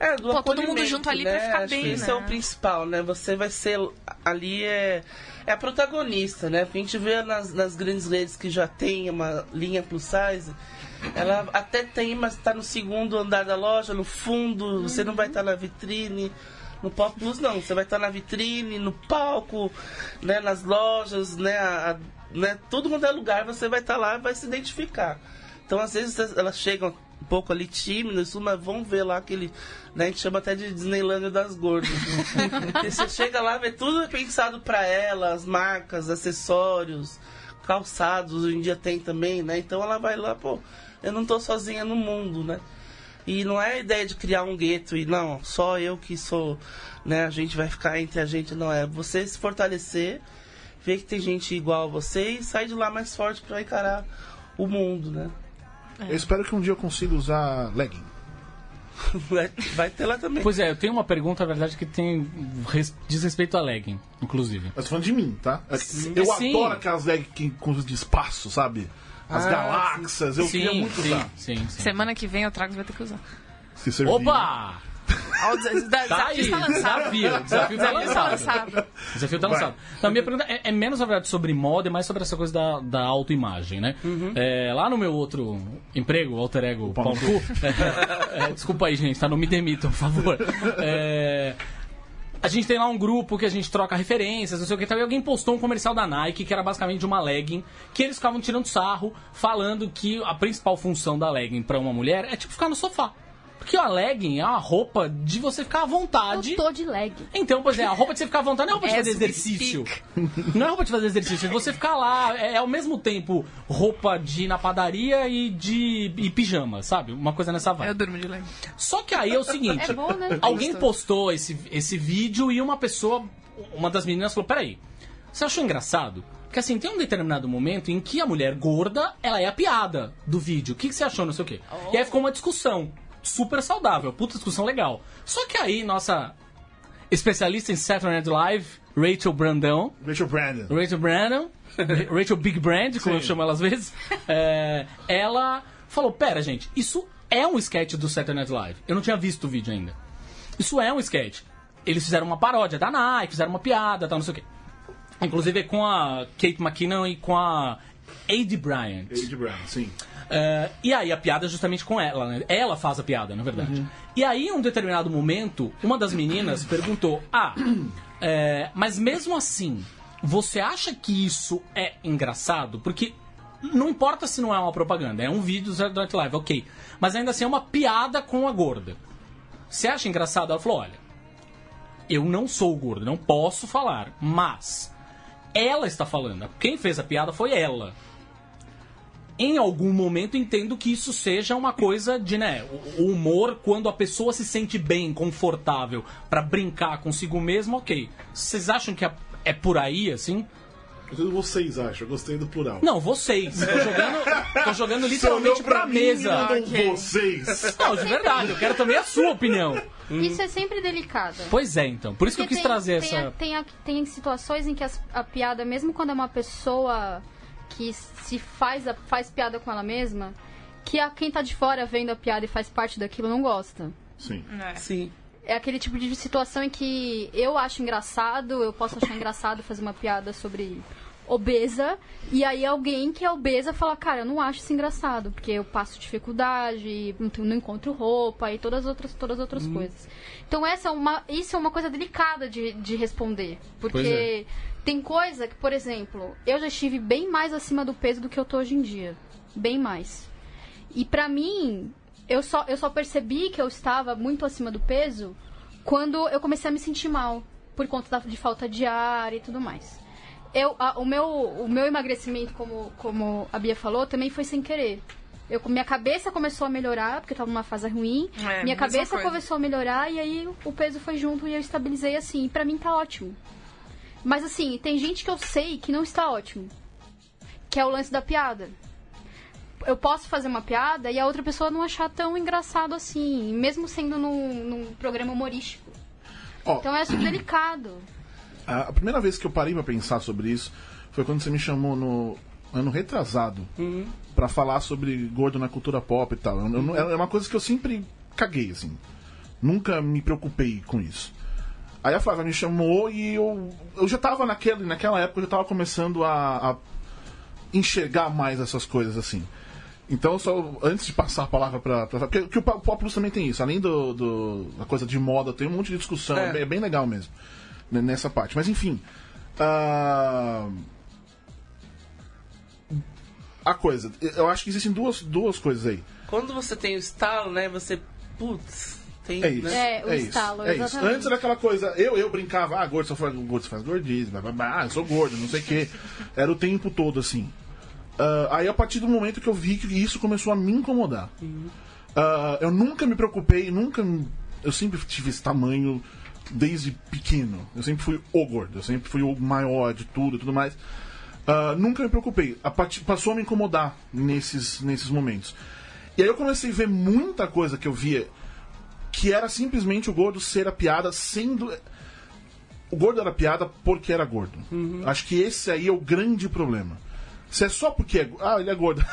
É, do
Pô, todo mundo
acolhimento,
junto ali
né?
pra ficar
Acho
bem,
que Isso
né?
é o principal, né? Você vai ser. Ali é, é a protagonista, né? Porque a gente vê nas, nas grandes redes que já tem uma linha plus size. Ela até tem, mas tá no segundo andar da loja, no fundo. Você não vai
Uhum.
estar na vitrine. No Pop Plus, não. Você vai estar na vitrine, no palco, né? Nas lojas, né? A, a- né? Todo mundo é lugar, você vai estar lá e vai se identificar. Então, às vezes, as- elas chegam um pouco ali tímidas, mas vão ver lá aquele. Né, a gente chama até de Disneylândia das gordas. né? Porque você chega lá, vê tudo pensado pra elas, marcas, acessórios, calçados, hoje em dia tem também, né? Então ela vai lá, pô, eu não tô sozinha no mundo, né? E não é a ideia de criar um gueto e não, só eu que sou, né? A gente vai ficar entre a gente, não é. Você se fortalecer, ver que tem gente igual a você e sair de lá mais forte pra encarar o mundo, né?
Eu espero que um dia eu consiga usar legging.
Vai- Vai ter lá também.
Pois é, eu tenho uma pergunta, na verdade, que tem res- diz respeito a legging, inclusive.
Mas tô falando de mim, tá? É que
Sim.
eu
Sim.
adoro aquelas legging que- com os de espaço, sabe? As
Ah,
galáxias, eu queria
Sim,
muito
sim,
usar.
sim, sim.
Semana que vem eu trago, você vai ter que usar.
Se servir.
Opa!
Ó, Ah, o desa- da-
Tá
desafio
aí,
está lançado.
desafio, desafio tá
Desafio está
lançado.
lançado.
O desafio tá
Vai.
lançado. Então, a minha pergunta é, é menos, na verdade, sobre moda, é mais sobre essa coisa da, da autoimagem, né?
Uhum.
É, lá no meu outro emprego, alter ego,
pau
pau
no
no cu, é, é, desculpa aí, gente, tá? Não me demitam, por favor. É, a gente tem lá um grupo que a gente troca referências, não sei o que e tal. E alguém postou um comercial da Nike, que era basicamente uma legging, que eles ficavam tirando sarro, falando que a principal função da legging pra uma mulher é tipo ficar no sofá. Porque a legging é uma roupa de você ficar à vontade.
Eu tô de leg.
Então, pois é, a roupa de você ficar à vontade não é roupa de
As
fazer
we
exercício. Não é roupa de fazer exercício, é você ficar lá, é, é ao mesmo tempo roupa de ir na padaria e de e pijama, sabe? Uma coisa nessa vibe.
Eu durmo de leve.
Só que aí é o seguinte,
É bom, né?
alguém
Gostoso.
postou esse, esse vídeo e uma pessoa, uma das meninas falou, peraí, você achou engraçado? Porque assim, tem um determinado momento em que a mulher gorda, ela é a piada do vídeo. O que, que você achou, não sei o quê? E aí ficou uma discussão super saudável, puta discussão legal. Só que aí, nossa especialista em Saturday Night Live, Rachel Brandão,
Deixa o Brandon.
Rachel Brandon, Rachel Big Brand, como eu chamo ela às vezes, é, ela falou: Pera, gente, isso é um sketch do Saturday Night Live. Eu não tinha visto o vídeo ainda. Isso é um sketch. Eles fizeram uma paródia da Nike, fizeram uma piada, tal, não sei o quê. Inclusive é com a Kate McKinnon e com a Ade Bryant.
Age Brandon, sim.
É, e aí a piada é justamente com ela, né? Ela faz a piada, na verdade. E aí, em um determinado momento, uma das meninas perguntou: Ah, é, mas mesmo assim, você acha que isso é engraçado? Porque não importa se não é uma propaganda, é um vídeo do Saturday Night Live, ok. Mas ainda assim é uma piada com a gorda. Você acha engraçado? Ela falou: olha, eu não sou gordo, não posso falar, mas ela está falando. Quem fez a piada foi ela em algum momento entendo que isso seja uma coisa de, né, o o humor quando a pessoa se sente bem, confortável pra brincar consigo mesmo, ok. Vocês acham que é, é por aí, assim?
Eu sei do que vocês acham, eu gostei do plural.
Não, vocês. Tô jogando, tô jogando literalmente
Você olhou
pra
mim né?
mesa.
e mandou vocês.
Não, de verdade, eu quero também a sua opinião.
Isso é sempre delicado.
Pois é, então. Por isso que eu
Porque
quis
tem-
trazer
tem, a-
essa.
tem, a- tem situações em que as- a piada, mesmo quando é uma pessoa que se faz, a- faz piada com ela mesma, que a, quem tá de fora vendo a piada e faz parte daquilo não gosta.
Sim.
Sim.
É aquele tipo de situação em que eu acho engraçado, eu posso achar engraçado fazer uma piada sobre obesa, e aí alguém que é obesa fala, cara, eu não acho isso engraçado, porque eu passo dificuldade, não, tenho- não encontro roupa e todas as outras, todas as outras coisas. Então essa é uma, isso é uma coisa delicada de, de responder, porque tem coisa que, por exemplo, eu já estive bem mais acima do peso do que eu tô hoje em dia, bem mais. E pra mim, eu só, eu só percebi que eu estava muito acima do peso quando eu comecei a me sentir mal, por conta da- de falta de ar e tudo mais. Eu, a- o, meu, o meu emagrecimento, como, como a Bia falou, também foi sem querer. Eu, minha cabeça começou a melhorar, porque eu tava numa fase ruim.
É, mesma
minha cabeça
coisa.
começou a melhorar e aí o peso foi junto e eu estabilizei assim. E pra mim tá ótimo. Mas assim, tem gente que eu sei que não está ótimo. Que é o lance da piada eu posso fazer uma piada e a outra pessoa não achar tão engraçado assim, mesmo sendo num, num programa humorístico.
Ó.
Então é super delicado.
A a primeira vez que eu parei pra pensar sobre isso foi quando você me chamou no ano retrasado pra é falar sobre gordo na cultura pop e tal. Eu- eu não- é uma coisa que eu sempre caguei, assim. Nunca me preocupei com isso. Aí a Flávia me chamou e eu, eu já tava naquele, naquela época, eu já tava começando a, a enxergar mais essas coisas assim. Então, só antes de passar a palavra pra. pra porque que o Pop Pop Plus também tem isso. Além do, do- da coisa de moda, tem um monte de discussão. É,
É.
bem- é bem legal mesmo. né, Nessa parte. Mas, enfim. ah, a coisa. Eu acho que existem duas, duas coisas aí.
Quando você tem o estalo, né? Você. Putz, tem.
É isso.
né?
É, o
isso,
estalo,
é isso.
exatamente.
Antes era aquela coisa, eu, eu brincava, ah, gordo só faz, gordo só faz gordismo, blá, blá, blá, ah, eu sou gordo, não sei o quê. Era o tempo todo assim. Ah, aí a partir do momento que eu vi que isso começou a me incomodar. Ah, eu nunca me preocupei, nunca. me- Eu sempre tive esse tamanho desde pequeno. Eu sempre fui o gordo, eu sempre fui o maior de tudo e tudo mais. Ah, nunca me preocupei. A parti- passou a me incomodar nesses, nesses momentos. E aí eu comecei a ver muita coisa que eu via que era simplesmente o gordo ser a piada sendo. O gordo era piada porque era gordo. Acho que esse aí é o grande problema. Se é só porque é. go- Ah, ele é gordo.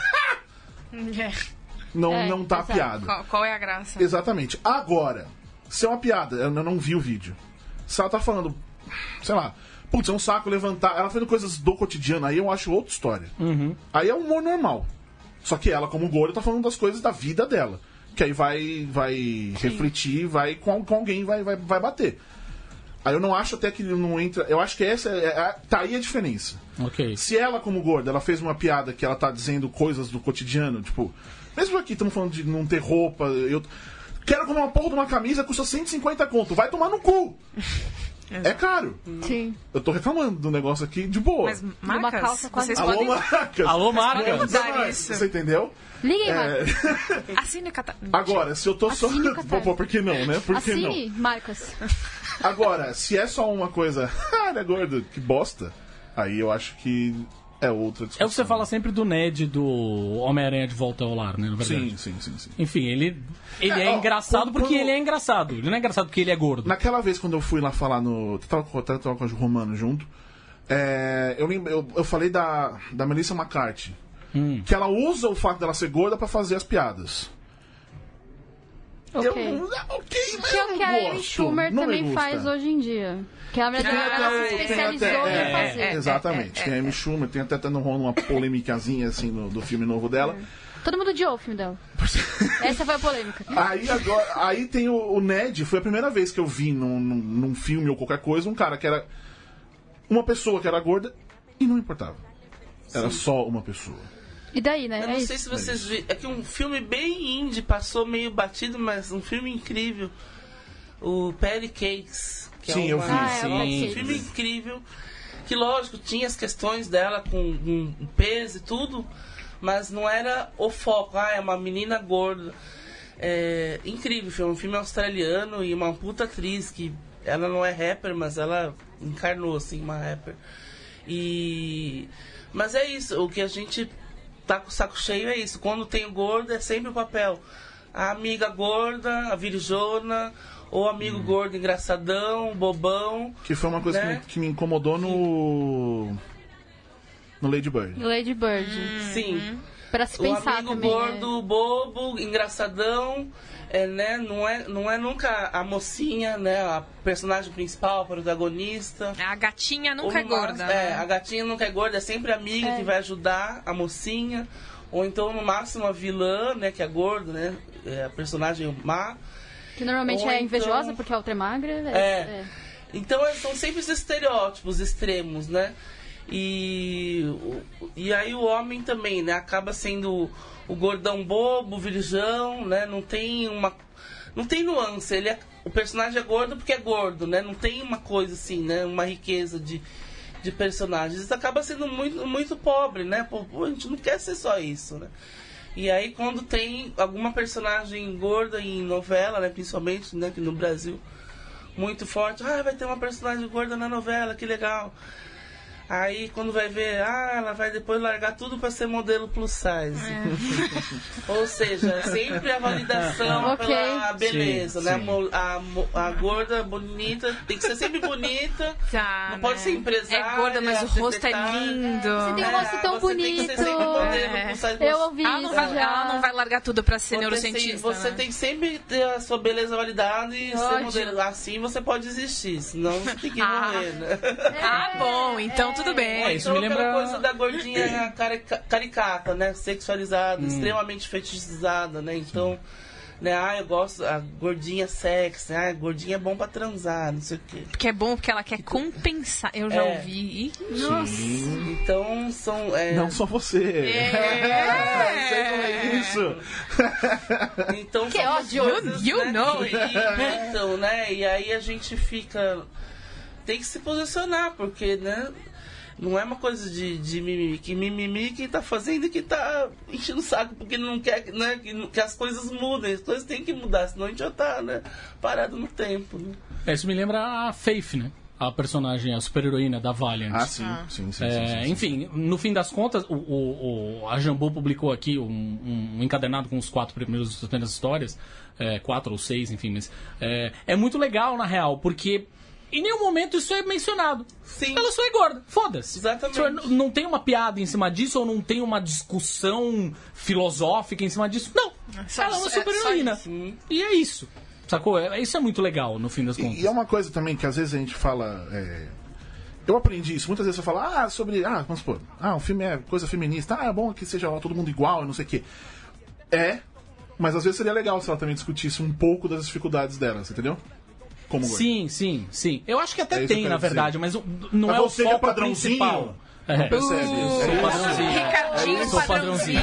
não,
É,
não tá
exato.
piada.
Qual, qual é a graça?
Exatamente. Agora, se é uma piada, eu não- não vi o vídeo. Se ela tá falando, sei lá, putz, é um saco levantar. Ela fazendo coisas do cotidiano, aí eu acho outra história. Aí é um humor normal. Só que ela, como gorda, tá falando das coisas da vida dela. Que aí vai, vai refletir, vai com, com alguém, vai, vai, vai bater. Aí eu não acho até que ele não entra. Eu acho que essa é, é, a- tá aí a diferença.
Ok.
Se ela, como gorda, ela fez uma piada que ela tá dizendo coisas do cotidiano, tipo, mesmo aqui estamos falando de não ter roupa, eu quero comprar uma porra de uma camisa custa 150 conto, vai tomar no cu. é caro.
Sim.
Eu tô reclamando do negócio aqui de boa.
Mas marcas,
calça quase-
vocês
Alô,
podem...
marcas.
Alô,
podem
Marcas!
mudar.
Você vai-
isso.
Você entendeu?
Liguem,
É,
Marcos.
Assine o cata...
agora, se eu tô só.
Assine o catálogo.
Pô, por que não, né? Por que não?
Assine, Marcos.
Agora, se é só uma coisa. ah, ele é gordo, que bosta. Aí eu acho que é outra discussão.
É o que você fala sempre do Ned do Homem-Aranha de Volta ao Lar, né? Na verdade.
Sim, sim, sim, sim.
Enfim, ele, ele é,
É, ó,
engraçado
quando-
porque
quando-
ele é engraçado. Ele não é engraçado porque ele é gordo.
Naquela vez quando eu fui lá falar no. Eu tava, com- tava com o Romano junto. é, eu, lembro, eu, eu falei da, da Melissa McCarthy. Que ela usa o fato dela ser gorda pra fazer as piadas.
Ok.
Eu, ah, ok, mas
Que é
eu
o
não
que a Amy
gosto,
Schumer
não me
também
gusta.
faz hoje em dia. Que a verdade,
Ah,
ela se
tem até-
especializou
é,
em fazer.
é, exatamente. tem a Amy Schumer, tem até tendo rolando uma polemicazinha assim no- do filme novo dela.
Todo mundo odiou o filme dela. Essa foi a polêmica.
Aí, agora, aí tem o, o Ned, foi a primeira vez que eu vi num, num, num filme ou qualquer coisa um cara que era. Uma pessoa que era gorda e não importava. Era só uma pessoa.
E daí, né?
Eu
é
não
isso.
sei se vocês viram. É que um filme bem indie passou meio batido, mas um filme incrível. O Perry Cakes. Que
Sim,
é
eu
uma-
vi.
Ah, é,
Sim.
sim.
Um filme incrível. Que lógico, tinha as questões dela com um peso e tudo, mas não era o foco. Ah, é uma menina gorda. É incrível, foi um filme australiano e uma puta atriz que ela não é rapper, mas ela encarnou assim uma rapper. E mas é isso, o que a gente tá com o saco cheio é isso. Quando tem o gordo é sempre o papel. A amiga gorda, a virijona, ou amigo gordo engraçadão, bobão.
Que foi uma coisa que,
Né?
me, que me incomodou no. No Lady Bird.
Lady Bird.
Sim.
Pra se
Hum. O
pensar
amigo
também. né?
gordo, bobo, engraçadão, é, né? Não é, não é nunca a mocinha, né? A personagem principal, a protagonista.
A gatinha nunca
Ou
é
no
gorda.
máximo- É,
né?
a gatinha nunca é gorda, é sempre a amiga que vai ajudar a mocinha. Ou então, no máximo, a vilã, né? Que é gorda, né? É, a personagem má.
Que normalmente
Ou
é
então-
invejosa porque a outra é magra.
É.
É. é.
Então é, são sempre os estereótipos extremos, né? E, o- e aí o homem também, né? Acaba sendo o gordão bobo, o virijão, né? Não tem uma. Não tem nuance. Ele é- o personagem é gordo porque é gordo, né? Não tem uma coisa assim, né? Uma riqueza de, de personagens. Isso acaba sendo muito, muito pobre, né? Pô, pô, a gente não quer ser só isso, né? E aí quando tem alguma personagem gorda em novela, né? Principalmente, né? Que no Brasil muito forte. Ah, vai ter uma personagem gorda na novela, que legal. Aí quando vai ver, ah, ela vai depois largar tudo pra ser modelo plus size.
É.
Ou seja, sempre a validação
Ok.
pela beleza,
Sim,
né? A
sim.
mo- A, mo- a gorda bonita tem que ser sempre bonita.
Tá,
Não pode ser empresária,
É gorda, mas o rosto é
secretária.
lindo.
Você tem um
É,
rosto tão
você tem que ser sempre modelo
É.
plus size,
Eu
você-
ouvi
Ela
isso
não, vai,
já.
ela não vai largar tudo pra ser
você, tem,
é neurocientista.
você
né?
tem que sempre ter a sua beleza validada e ser
Ódio.
modelo. Assim você pode existir, senão você tem que
Ah.
morrer, né?
Ah, bom, então tudo
É,
bem.
isso me
Então,
lembra-
aquela coisa da gordinha carica- caricata, né? Sexualizada,
Hum.
extremamente fetichizada, né? Então, né? Ah, eu gosto... A gordinha sexy, né? Ah, gordinha é bom pra transar, não sei o quê.
Porque é bom porque ela quer compensar. Eu já
É.
ouvi.
Sim.
Então, são... é,
Não só você.
É.
Isso.
Então,
Que
são
ódio.
essas
You- you
né,
know
que irritam, né? E aí a gente fica... Tem que se posicionar, porque, né? Não é uma coisa de, de mimimi, que mimimi quem tá fazendo e quem tá enchendo o saco, porque não quer né, que, não- que as coisas mudem, as coisas têm que mudar, senão a gente já tá né, parado no tempo. Né?
É, isso me lembra a Faith, né? A personagem, a super-heroína da Valiant.
Ah, sim, sim, sim, sim,
É,
sim, sim.
enfim, no fim das contas, o, o- o- a Jambô publicou aqui um, um encadernado com os quatro primeiros das primeiras histórias, é, quatro ou seis, enfim, mas é, é muito legal na real, porque em nenhum momento isso é mencionado.
Sim.
Ela só é gorda, foda-se.
Exatamente.
Só n- Não tem uma piada em cima disso ou não tem uma discussão filosófica em cima disso. Não.
Só-
Ela é uma
é só
super heroína.
isso.
E é isso. Sacou? É- Isso é muito legal no fim das contas.
E, e é uma coisa também que às vezes a gente fala. é, Eu aprendi isso. Muitas vezes eu falo, ah, sobre. Ah, vamos supor. Ah, o filme é coisa feminista. Ah, é bom que seja todo mundo igual e não sei o quê. É, mas às vezes seria legal se ela também discutisse um pouco das dificuldades delas, entendeu? Como
Sim, sim, sim. Eu acho que
É
até
isso que eu
tem,
quero
na
dizer.
verdade, mas o- não
Mas
é o
você que é
foco
padrãozinho,
principal.
Não
É,
percebe isso.
sou padrãozinho.
Ricardinho
Eu sou
padrãozinho.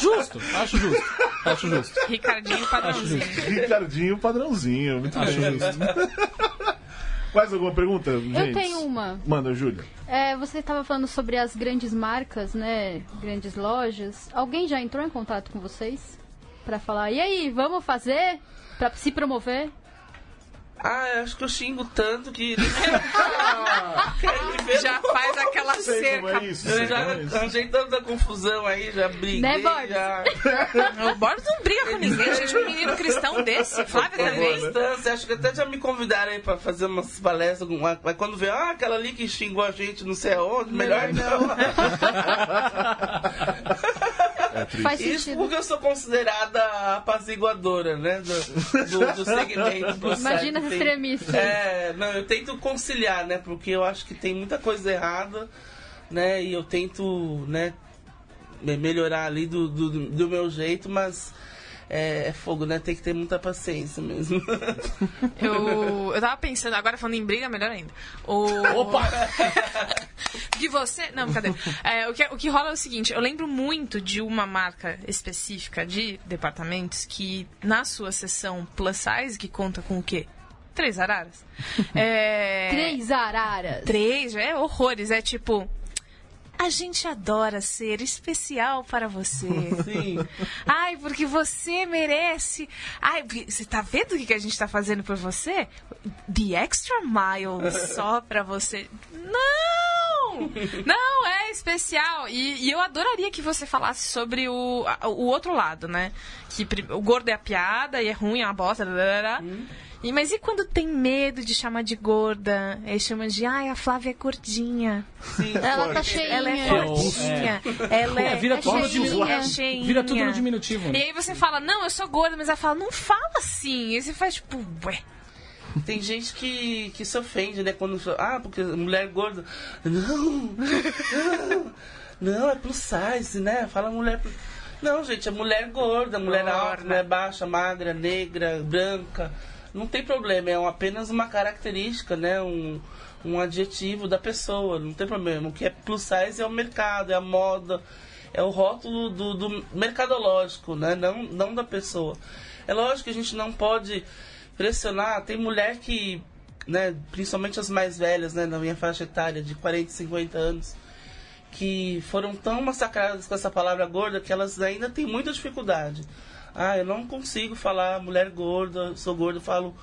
Justo, acho justo. Acho justo.
Ricardinho
Acho
padrãozinho.
justo.
Ricardinho padrãozinho, muito
Acho
bem.
justo.
Mais alguma pergunta, gente?
Eu tenho uma.
Manda, Júlia.
É, você estava falando sobre as grandes marcas, né? Grandes lojas. Alguém já entrou em contato com vocês Pra falar? E aí, vamos fazer pra se promover?
Ah, eu acho que eu xingo tanto que. Quer me ver
Já faz aquela
Sei como
cerca.
é isso.
Eu
sei
já
como é isso.
arranjei tanta confusão aí, já briguei.
Né, Boris?
já...
O Boris não briga com ninguém, gente. Um menino cristão desse. Flávia
Teve
também.
instância, acho Então, que até já me convidaram aí pra fazer umas palestras. alguma- Mas quando vê, ah, aquela ali que xingou a gente não sei aonde, melhor não.
Faz
Isso
sentido.
porque eu sou considerada a apaziguadora, né? Do, do, do segmento. do
Imagina
site.
as extremistas.
É, não, eu tento conciliar, né? Porque eu acho que tem muita coisa errada, né? E eu tento, né? me- Melhorar ali do, do, do meu jeito, mas é, é fogo, né? Tem que ter muita paciência mesmo.
Eu, eu tava pensando, agora falando em briga, melhor ainda. O... Opa! que você. Não, cadê? É, o, que, o que rola é o seguinte: eu lembro muito de uma marca específica de departamentos que, na sua sessão plus size, que conta com o quê? Três araras. É...
Três araras.
Três, é horrores. É tipo. A gente adora ser especial para você.
Sim.
Ai, porque você merece. Ai, vi- você tá vendo o que que a gente tá fazendo por você? The extra mile só pra você. Não! Não, é especial. E, e eu adoraria que você falasse sobre o, a- o outro lado, né? Que pri- o gordo é a piada e é ruim, é uma bosta. blá, blá, blá. E, mas e quando tem medo de chamar de gorda? Aí chama de, ai, a Flávia é gordinha.
Sim,
Ela
forte.
tá cheinha.
Ela é
Eu-
gordinha. Ela é,
É, vira
é
tudo no
cheinha,
diminutivo.
é cheinha.
Vira tudo no diminutivo.
E
Né?
aí você fala, não, eu sou gorda, mas ela fala, não fala assim. E você faz tipo, ué.
Tem gente que, que se ofende, né? Quando fala, ah, porque mulher gorda. Não! Não! Não, é plus size, né? Fala mulher. plus- Não, gente, é mulher gorda, mulher alta, mulher baixa, magra, negra, branca. Não tem problema, é um- apenas uma característica, né? Um, um adjetivo da pessoa, não tem problema. O que é plus size é o mercado, é a moda, é o rótulo do, do mercadológico, né? Não, não da pessoa. É lógico que a gente não pode pressionar. Tem mulher que, né, principalmente as mais velhas, né, na minha faixa etária de 40, 50 anos, que foram tão massacradas com essa palavra gorda que elas ainda têm muita dificuldade. Ah, eu não consigo falar mulher gorda, sou gorda, eu falo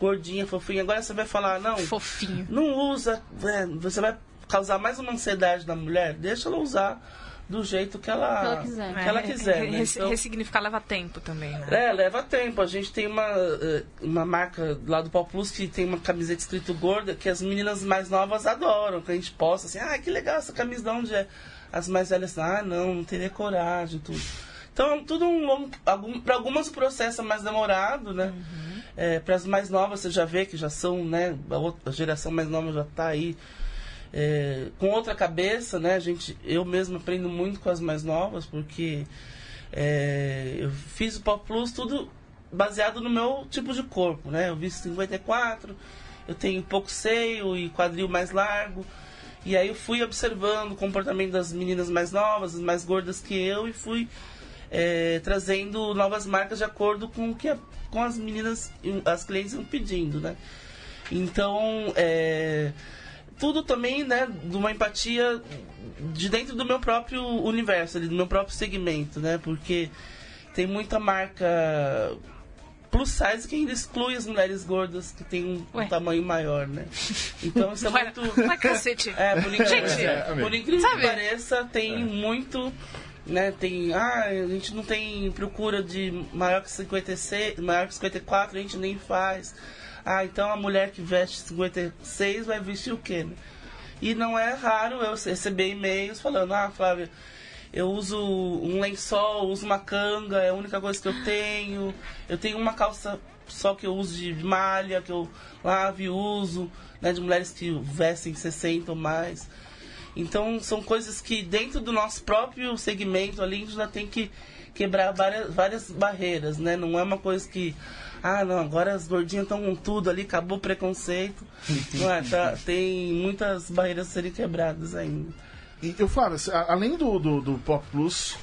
gordinha, fofinha. Agora você vai falar, não,
Fofinho.
não usa, né, você vai causar mais uma ansiedade na mulher, deixa ela usar do jeito que ela,
Que ela quiser.
que ela
É,
quiser, né?
re- re-
Então-
Ressignificar leva tempo também, né?
é, leva tempo. A gente tem uma, eh, uma marca lá do Pau Plus que tem uma camiseta escrito gorda que as meninas mais novas adoram. Que a gente posta assim, ah, que legal essa camisa de onde é. As mais velhas, ah, não, não teria coragem, tudo. Então, tudo um longo. Algum, para algumas o processo é mais demorado, né? para as mais novas, você já vê que já são, né? A, outra, a geração mais nova já tá aí é, com outra cabeça, né? A gente, eu mesmo aprendo muito com as mais novas, porque é, eu fiz o Pop Plus tudo baseado no meu tipo de corpo, né? Eu visto 54, eu tenho pouco seio e quadril mais largo. E aí eu fui observando o comportamento das meninas mais novas, as mais gordas que eu, e fui é, trazendo novas marcas de acordo com o que a- com as meninas, as clientes iam pedindo, né? Então, é, tudo também, né, de uma empatia de dentro do meu próprio universo, ali, do meu próprio segmento, né? Porque tem muita marca plus size que ainda exclui as mulheres gordas que tem um, um
Ué.
tamanho maior, né? Então isso é
Vai,
muito...
vai cacete.
É, por incrível,
Gente,
é,
amei.
por incrível
Sabe?
que pareça, tem muito... Né, tem, ah, a gente não tem procura de maior que 56, maior que 54, a gente nem faz. Ah, então a mulher que veste 56 vai vestir o quê? né? E não é raro eu receber e-mails falando, ah, Flávia, eu uso um lençol, uso uma canga, é a única coisa que eu tenho. Eu tenho uma calça só que eu uso de malha, que eu lavo e uso, né, de mulheres que vestem 60 ou mais. Então, são coisas que dentro do nosso próprio segmento ali, a gente já tem que quebrar várias, várias barreiras, né? Não é uma coisa que, ah, não, agora as gordinhas estão com tudo ali, acabou o preconceito. não é, tá, tem muitas barreiras a serem quebradas ainda.
E eu, Flávio, cê- a- além do, do, do Pop Plus,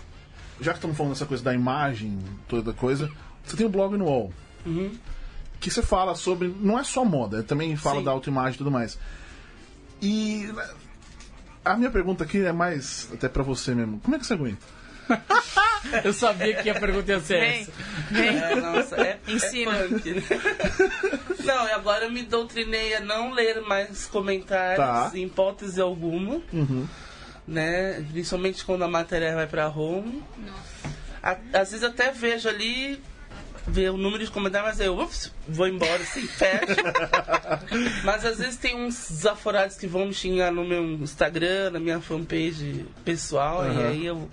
já que estamos falando dessa coisa da imagem, toda coisa, você tem um blog no UOL. Que você fala sobre. Não é só moda, também fala
Sim.
da autoimagem e tudo mais. E. né, A minha pergunta aqui é mais até pra você mesmo. Como é que você aguenta?
Eu sabia que a pergunta ia ser
Vem,
essa.
vem.
É, nossa, é,
Ensina.
é punk, né? Não, e agora eu me doutrinei a não ler mais comentários
Tá. Uhum.
em hipótese alguma. Né? Principalmente quando a matéria vai pra Roma. A- às vezes até vejo ali, ver o número de comentários, mas aí eu ups, vou embora assim, fecho. mas às vezes tem uns desaforados que vão me xingar no meu Instagram, na minha fanpage pessoal, e
Aham.
aí eu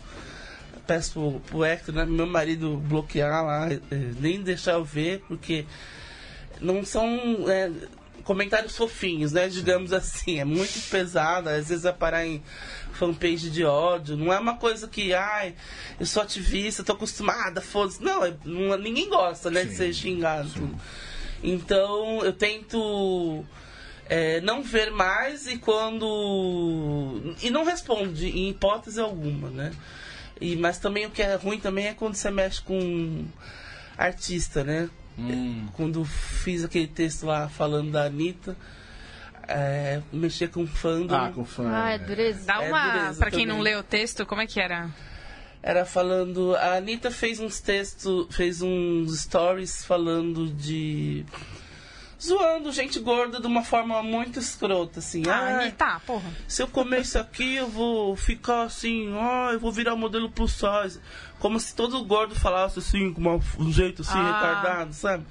peço pro, pro Hector, né, meu marido, bloquear lá, eh, nem deixar eu ver, porque não são é, comentários fofinhos, né? Digamos assim, é muito pesado, às vezes vai parar em fanpage de ódio, não é uma coisa que, ai, eu sou ativista, tô acostumada, foda-se. Não, é- não- ninguém gosta, né, de ser xingado. Então, eu tento é, não ver mais e quando... E não responde, em hipótese alguma, né? E, mas também o que é ruim também é quando você mexe com artista, né?
Hum.
quando fiz aquele texto lá falando da Anitta, é, mexer com fandom.
Ah, com fã.
Ah, é
né?
dureza.
Dá um
É
uma.
dureza
Pra quem não
também.
leu o texto, como é que era?
Era falando. A Anitta fez uns textos, fez uns stories falando de. Zoando gente gorda de uma forma muito escrota, assim.
Ah,
"Ai,
Anitta, porra.
se eu comer isso aqui, eu vou ficar assim, ó, eu vou virar modelo plus size. Como se todo gordo falasse assim, com uma- um jeito assim,
Ah.
retardado, sabe?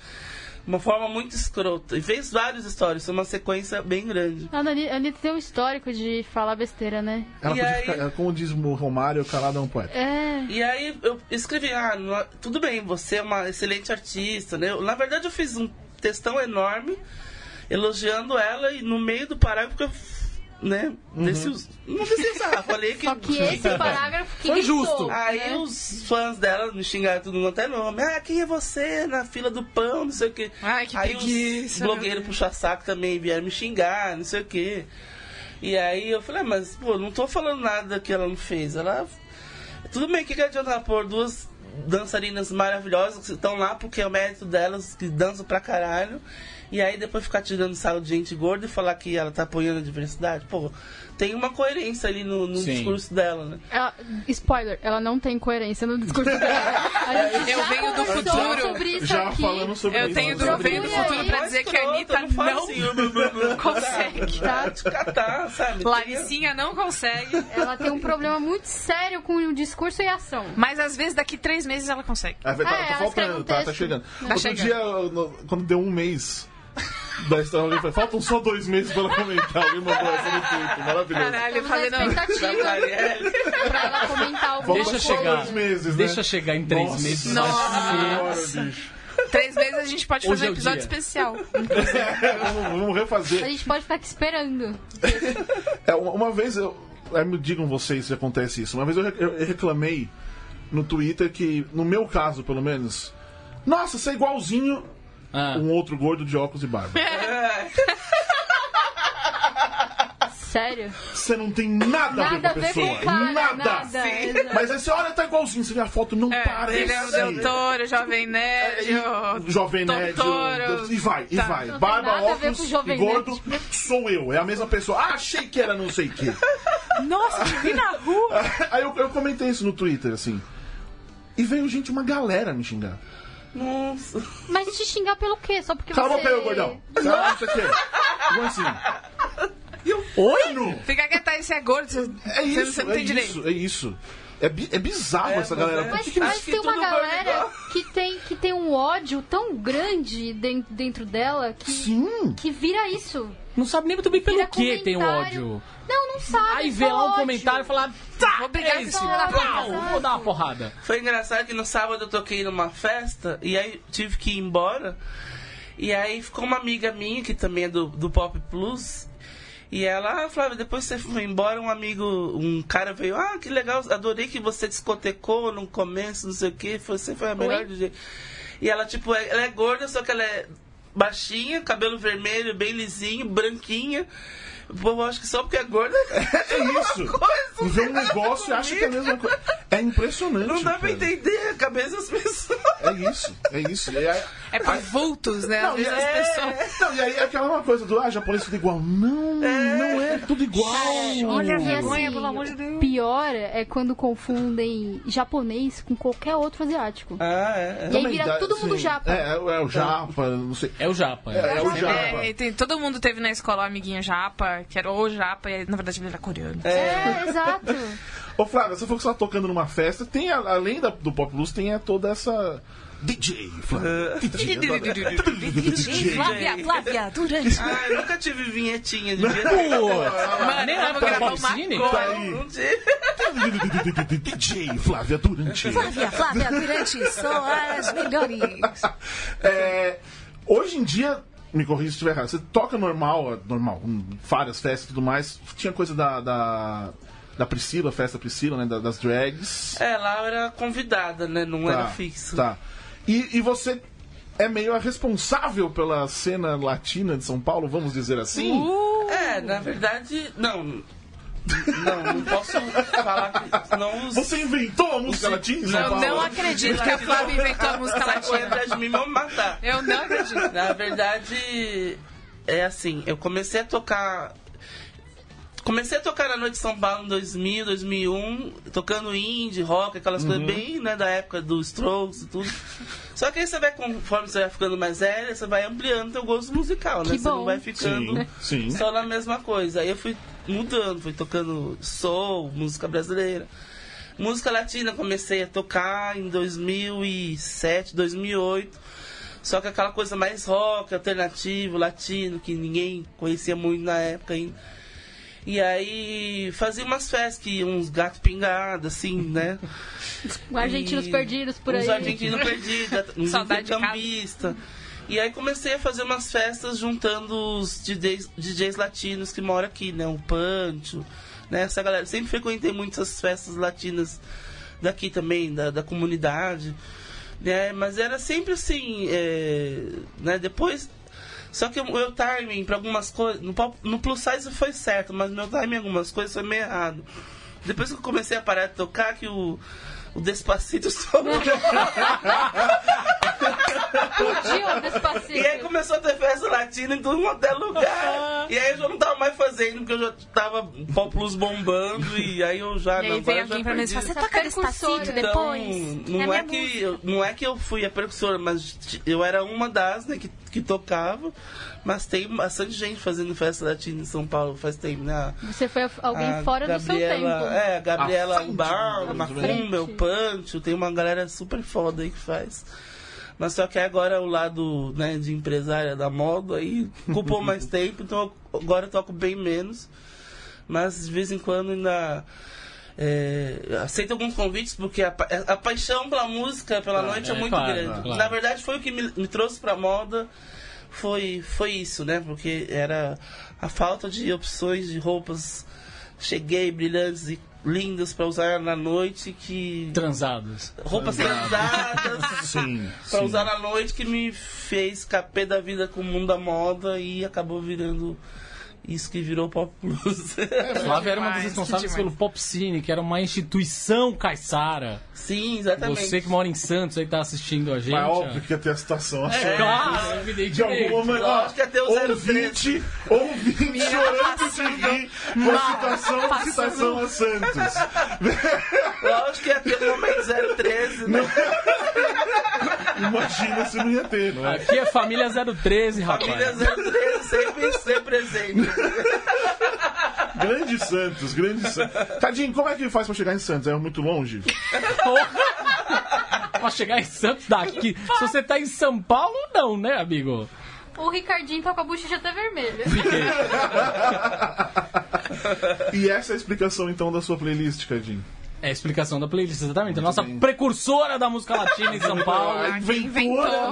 Uma forma muito escrota. E fez várias histórias, foi uma sequência bem grande.
A Anitta- a Anitta tem um histórico de falar besteira, né?
Ela
E
podia
aí-
ficar, como diz o Romário, calado é um poeta.
É.
E aí eu escrevi, ah, não- tudo bem, você é uma excelente artista, né? Eu- na verdade eu fiz um textão enorme elogiando ela e no meio do parágrafo eu, né, desci os- não precisava, falei que...
Só que é esse parágrafo que
Foi
gritou,
justo.
Aí
né?
os fãs dela me xingaram tudo até nome. Ah, quem é você na fila do pão, não sei o quê.
Ai, que
aí
preguiça, né?
os blogueiros
meu
puxa saco também vieram me xingar, não sei o quê. E aí eu falei, ah, mas pô, não tô falando nada que ela não fez. Ela. Tudo bem, o que, que adianta ela pôr duas dançarinas maravilhosas que estão lá porque é o mérito delas, que dançam pra caralho. E aí depois ficar tirando sarro de gente gorda e falar que ela tá apoiando a diversidade. Pô, tem uma coerência ali no, no
Sim.
discurso dela, né?
Ela- spoiler, ela não tem coerência no discurso dela. A gente
Eu
já
venho do
conversou
futuro.
sobre isso
Já
aqui.
falando sobre
Eu
isso.
tenho
Eu
do, venho do
fui
futuro
aí.
pra dizer que a Anitta
Escrota, fala
não
assim, "Eu, eu, eu, eu",
consegue.
Tá?
sabe? Catar, sabe?
Laricinha não consegue.
Ela tem um problema muito sério com o discurso e a ação.
Mas às vezes daqui três meses ela consegue.
É, tá,
É,
tá
ela escreve
faltando,
um
tá, tá
texto.
chegando. Outro
chegando.
dia, eu- no- quando deu um mês da história, alguém falou, faltam só dois meses pra ela comentar. Alguém mandou essa no Twitter, maravilhoso.
Caralho, eu
Temos a
falei, não.
expectativa
Lariel.
pra ela comentar alguma
Faltam
Deixa
coisa.
só
chegar.
dois meses, né?
Deixa chegar em três
Nossa
meses.
Nossa.
Senhora, bicho.
Três meses a gente pode
Hoje
fazer
é
um
o
episódio
dia.
especial.
Vamos, vamos
A
refazer.
gente pode ficar aqui esperando.
É, uma, uma vez eu. aí me digam vocês se acontece isso. Uma vez eu, re- eu- eu reclamei no Twitter que, no meu caso, pelo menos. Nossa, você é igualzinho
Ah.
um outro gordo de óculos e barba.
Sério.
Você não tem nada,
Nada
a
a
ver
ver
com a
com o
pessoa.
cara.
nada.
Nada. exato.
Mas aí você olha, tá igualzinho. Você vê a foto, não
É,
parece. É,
Guilherme Del Toro, Jovem Nerd, o-
Jovem
Tom
Nerd,
Toro.
o- e vai, e
Tá.
vai.
Não tem
Barba,
nada a ver com
óculos,
Jovem
gordo, sou eu. É a mesma pessoa. Ah, achei que era não sei o quê. é,
Nossa, te vi na rua.
Aí eu, eu comentei isso no Twitter, assim. E veio gente, uma galera me xingar.
Nossa.
Mas te xingar pelo quê? Só porque
Calma,
você...
pelo gordão. Calma, isso aqui. Como assim? Oi? Não.
Fica quieta aí, você é gordo, você,
É
você
isso,
não- você não
é
tem direito.
isso, é isso. É, bi- é bizarro
É,
essa
mas
galera.
é.
Por
Mas,
que que-
mas
que
tem uma
tudo vai
galera
mudar.
que tem, que tem um ódio tão grande den- dentro dela que,
Sim.
que vira isso.
Não sabe nem muito bem pelo
Vira
que tem o
comentário.
ódio.
Não, não sabe. é
Aí vê
só
lá um
ódio.
comentário e fala, tá,
Obrigada,
é isso.
filha da puta.
Pau, vou dar uma porrada.
Foi engraçado que no sábado eu toquei numa festa e aí tive que ir embora. E aí ficou uma amiga minha, que também é do, do Pop Plus. E ela, ah, Flávia, depois que você foi embora, um amigo, um cara veio, ah, que legal, adorei que você discotecou no começo, não sei o que, você foi a melhor
Oi?
DJ. E ela, tipo, é- ela é gorda, só que ela é baixinha, cabelo vermelho, bem lisinho, branquinha. O povo acha que só porque é gorda
É isso.
coisa,
Vê um
não tem nada
negócio e acha que é a mesma coisa. É impressionante.
não dá pra
cara.
entender a cabeça das pessoas.
É isso, é isso. E aí,
É por vultos, né? Às
não, e
vezes
é-
as pessoas.
não, e aí é aquela uma coisa do, ah, japonês tudo igual. Não, não é tudo igual.
"Hum,
olha a
E
vergonha.
assim,
pelo amor de Deus.
Pior é quando confundem japonês com qualquer outro asiático.
Ah, é.
E aí
Também
vira
dá-
todo mundo
sim.
japa.
É, é, é o japa, não sei.
É o japa.
É, é o japa.
É, e tem- todo mundo teve na escola um amiguinho japa, que era o japa, e na verdade ele era coreano.
É, exato.
Ô, Flávia, você falou que você tá tocando numa festa. Tem, a- além da- do Pop Blues, tem a toda essa... DJ,
É.
Flávia. DJ,
Gente,
DJ.
Flávia, Flávia,
é.
durante.
Ah, eu nunca tive vinhetinha de é vinheta.
Pô,
Mano, eu vou
Tá
gravar
bom,
uma
Cine?
agora.
Tá aí.
Não tive.
DJ, Flávia Durante.
Flávia, Flávia, durante, são as melhores.
É, hoje em dia, me corrija se estiver errado, você toca normal, é, normal, com várias festas e tudo mais. Tinha coisa da, da, da Priscila, festa Priscila, né? da- das drags.
É, lá eu era convidada, né? Não
Tá,
era fixo.
Tá. E, e você é meio a responsável pela cena latina de São Paulo, vamos dizer assim?
É, na verdade, não. Não, não posso falar que. Não os.
Você inventou a música latina em São
Eu
Paulo?
não acredito que a Flávia inventou a música
Essa coisa
latina.
atrás de mim vão me matar.
Eu não acredito.
Na verdade, é assim, eu comecei a tocar. Comecei a tocar na Noite de São Paulo em 2000, 2001, tocando indie, rock, aquelas coisas bem, né, da época dos Strokes e tudo. Só que aí você vai, conforme você vai ficando mais velha, você vai ampliando seu gosto musical, né?
Que
Você não
bom.
vai ficando
Sim, sim.
só na mesma coisa. Aí eu fui mudando, fui tocando soul, música brasileira. Música latina comecei a tocar em 2007, 2008. Só que aquela coisa mais rock, alternativo, latino, que ninguém conhecia muito na época ainda. E aí fazia umas festas que iam uns gatos pingados, assim, né?
Argentinos
E
perdidos por
uns
aí.
argentinos perdidos, uns
Saudade de casa.
intercambistas. E aí comecei a fazer umas festas juntando os DJs, DJs latinos que moram aqui, né? O Pancho, né? Essa galera. Sempre frequentei muitas festas latinas daqui também, da, da comunidade. Né? Mas era sempre assim, é, né? Depois... Só que o meu timing para algumas coisas... No, pop- no plus size foi certo, mas meu timing em algumas coisas foi meio errado. Depois que eu comecei a parar de tocar, que o o Despacito sobre.
Explodiu o Despacito.
E aí começou a ter festa latina em tudo quanto é lugar. E aí eu já não tava mais fazendo, porque eu já tava pop plus bombando. E aí eu
Ah,
já.
E aí
agora
vem
eu já
alguém pra mim e
perdi.
fala, você tá
Essa
toca
percussora.
despacito
Então,
depois?
Não,
é
é
minha
que,
música.
eu, não é que eu fui a precursora, mas t- eu era uma das né, que, que tocava. Mas tem bastante gente fazendo festa latina em São Paulo faz tempo, né?
Você foi a- alguém
A
fora do seu
Gabriela-
tempo.
É, a
À
Gabriela
frente,
Barro,
mais ou
Macumba,
menos.
o Pancho, tem uma galera super foda aí que faz. Mas só que agora o lado né, de empresária da moda aí ocupou mais tempo, então agora eu toco bem menos. Mas de vez em quando ainda é, aceito alguns convites, porque a, pa- a paixão pela música, pela noite é,
é,
muito
claro,
grande.
claro.
Na verdade foi o que me, me trouxe pra moda. Foi, foi isso, né? Porque era a falta de opções de roupas. Cheguei brilhantes e lindas pra usar na noite que
Transados.
roupas transadas
Sim.
pra
sim.
usar na noite que me fez capê da vida com o mundo da moda e acabou virando isso que virou pop plus.
Flávia era uma das
Demais,
responsáveis
demais.
pelo Pop Cine, que era uma instituição caiçara.
Sim, exatamente.
Você que mora em Santos aí que tá assistindo a gente.
Mas
ó.
É
é.
óbvio que ia ter a situação assim.
É, claro,
De alguma
evidentemente.
maneira.
Lógico que ia ter o
ó,
03.
Ouvinte, ouvinte chorando de rir com a citação, a citação a Santos.
Lógico que ia ter um o Homem 013, né?
Imagina se não ia ter, não é?
Aqui é Família 013, rapaz.
Família 013 sempre, sempre presente.
Grande Santos, grande Santos. Tadinho, como é que faz pra chegar em Santos? É muito longe?
pra chegar em Santos daqui. Se você tá em São Paulo, não, né, amigo?
O Ricardinho tá com a bochecha até vermelha.
E essa é a explicação então da sua playlist, Cadinho.
É a explicação da playlist, exatamente. a
Muito
nossa
bem.
precursora da música latina em São Paulo.
inventou?
Meu pai,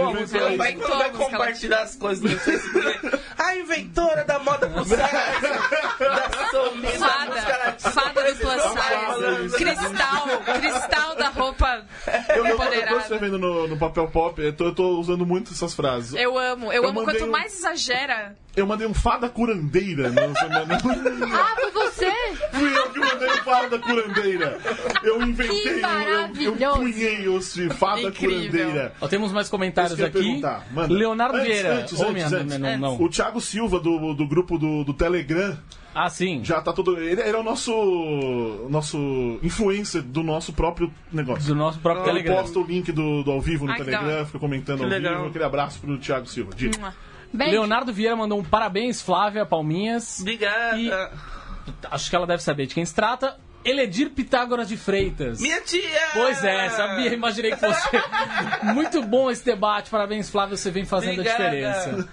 Inventou a música
meu pai
inventou
quando vai
a música
compartilhar as coisas no Facebook. A inventora da moda plus size, da sumida, da música
Fada,
latina.
fada do plus
falando isso.
size, cristal, cristal da roupa
Eu, eu, eu tô
empoderada.
escrevendo no, no papel pop, eu tô, eu tô usando muito essas frases.
Eu amo, eu,
Eu
amo.
mandei
Quanto
um-
mais exagera,
Eu mandei um fada curandeira na semana.
Ah, foi você?
Fui eu que mandei o fada curandeira. Eu inventei,
Que
eu, eu
maravilhoso.
punhei os de fada
Incrível.
curandeira.
Ó, temos mais comentários
Isso que eu ia
aqui.
perguntar, manda.
Leonardo
Antes,
Vieira.
antes,
Ô,
antes,
minha-
antes.
não, não.
O Thiago Silva, do, do grupo do, do Telegram,
Ah, sim.
já tá todo. Ele, ele é o nosso. nosso influencer do nosso próprio negócio.
Do nosso próprio
Ele
Telegram.
posta o link do, do ao vivo no
Ai, que da
Telegram,
hora.
fica comentando ao
legal.
vivo. Aquele abraço pro Thiago Silva. Diga.
É
Beijo.
Leonardo Vieira mandou um parabéns, Flávia Palminhas.
Obrigada.
Acho que ela deve saber de quem se trata. Eledir Pitágoras de Freitas.
Minha tia!
Pois é, sabia, imaginei que fosse. Muito bom esse debate, parabéns, Flávio, você vem fazendo
Obrigada.
a diferença.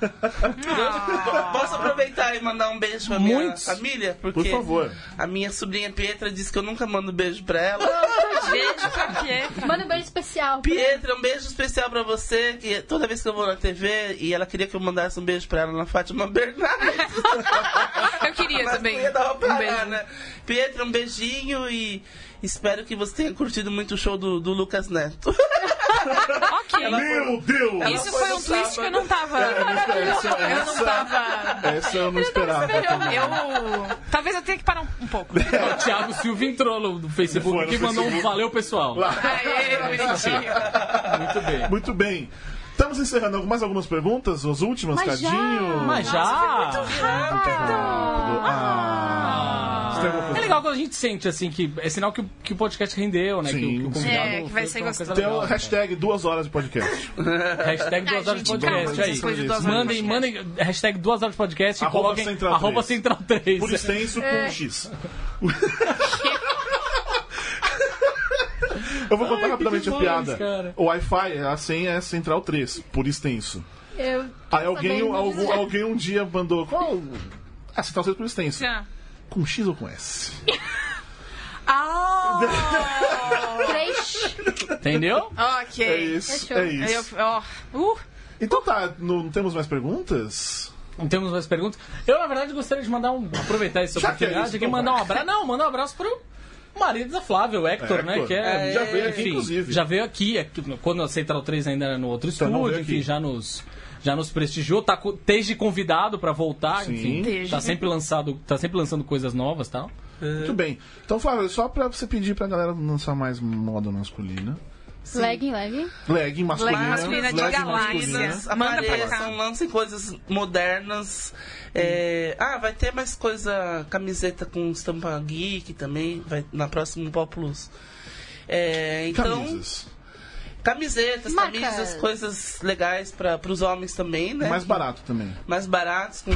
Ah. Posso aproveitar e mandar um beijo pra minha
Muitos.
família? Porque
Por favor.
a minha sobrinha Pietra disse que eu nunca mando beijo pra ela.
beijo pra Pietra.
Manda um beijo especial.
Pietra, um beijo especial pra você, que toda vez que eu vou na TV, e ela queria que eu mandasse um beijo pra ela na Fátima Bernardes.
Eu queria
Mas
também.
não ia dar pra
Um beijo.
parar, né? Pietra, um beijinho e espero que você tenha curtido muito o show do, do Lucas Neto.
Ok.
Meu Deus!
Isso um
foi
foi
no
um twist que eu não tava.
essa-
Eu
essa-
não tava.
Essa eu não
tá
esperava. também.
Eu. Talvez eu tenha que parar um, um pouco.
É O Thiago Silva entrou no no Facebook
Foi no
e mandou um
Facebook.
valeu, pessoal.
Aê, bonitinho.
Muito bem.
Muito bem. Estamos encerrando mais algumas perguntas, as últimas,
Mas já.
Cadinho.
Mas já.
é
Ah. Você tem alguma
É
coisa-
legal quando a gente sente assim que é sinal que, o- que o podcast rendeu, né?
Sim, Então,
que, o- que o
sim.
convidado
É, que vai
fez
ser
uma
gostoso.
Tem
coisa
o
legal.
hashtag duas horas de podcast.
Hashtag duas
Ai,
horas de
Tá, gente, calma,
podcast é
essas
aí.
coisas de duas horas de
Mandem, mandem
podcast.
hashtag duas horas de podcast e
Arroba
coloquem
Central
arroba
três.
Central 3.
Por extenso, com um X. Eu vou contar
Ai,
rapidamente
que
a
demais,
piada.
cara.
O Wi-Fi, a senha é Central 3, por extenso.
Eu
Aí alguém,
sabendo
algum-
disso.
alguém um dia mandou. Qual? Ah, Central 3 por extenso.
Tchau.
Com X ou com S?
Ah!
Três.
Entendeu?
ok.
É isso,
Fechou.
é
Aí
isso.
eu- ó, uh,
Então tá, não não temos mais perguntas?
Não temos mais perguntas. Eu, na verdade, gostaria de mandar um. aproveitar essa
Já que é
oportunidade
isso,
aqui e
então
mandar um
vai.
abraço. Não, mandar um abraço pro marido da Flávia, o Hector,
É,
né?
Hector.
Que é,
Já veio aqui,
enfim,
inclusive.
Já veio aqui, aqui, quando a Central 3 ainda era no outro
Então não
estúdio,
veio aqui.
enfim, já nos. Já nos prestigiou, tá co- desde convidado pra voltar,
Sim.
enfim.
Desde.
Tá sempre lançado, tá sempre lançando coisas novas, e tal.
Muito bem. Então, Flávio, só pra você pedir pra galera lançar mais moda masculina.
Legging, legging.
Legging masculina.
Legging masculina de
legging
galáxia.
masculina.
Manda pra cá.
Apareçam, lancem coisas modernas. É, Ah, vai ter mais coisa, camiseta com estampa geek também, vai, na próxima Pop Plus. É, então,
Camisas.
camisetas,
Marcas.
camisas, coisas legais para os homens também, né?
Mais barato também.
mais baratos, com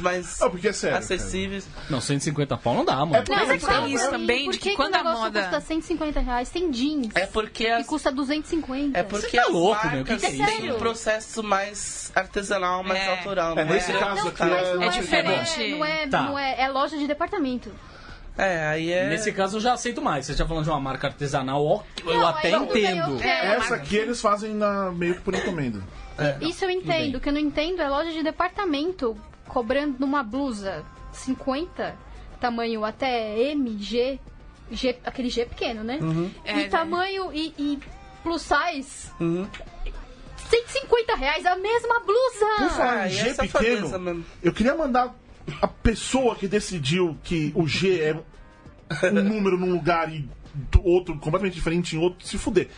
mais
Ah, porque é sério,
acessíveis.
Não, 150 pau não dá, mano.
É,
Não,
Mas
mas
tem
fala
isso
pra mim,
também,
por
de
que
que
que
quando
o
a
negócio
moda-
custa 150 reais, tem jeans.
É porque
Que
as,
custa 250.
é porque
tá
as
louco, meu,
marcas
que
que é
têm
isso?
um processo mais artesanal, mais
É.
autoral. né? Então,
É,
não
nesse caso
Não,
aqui
mas não
é,
é,
diferente.
Não é,
Tá.
não é, é loja de departamento.
É, aí é...
Nesse caso eu já aceito mais. Você tá falando de uma marca artesanal, ó, eu
Não,
até
aí tudo bem, eu
entendo.
É,
quero.
Essa tá aqui eles fazem na- meio que por encomenda.
Isso eu entendo. O que eu não entendo é loja de departamento cobrando numa blusa 50, tamanho até M, G, G aquele G pequeno, né?
Uhum.
É,
e
né?
tamanho e, e plus size,
Uhum.
150 reais a mesma blusa!
Por falar
Ah,
em
e
G
essa
pequeno,
safadeza mesmo.
eu queria mandar a pessoa que decidiu que o G é um número num lugar e do outro completamente diferente em outro se fuder.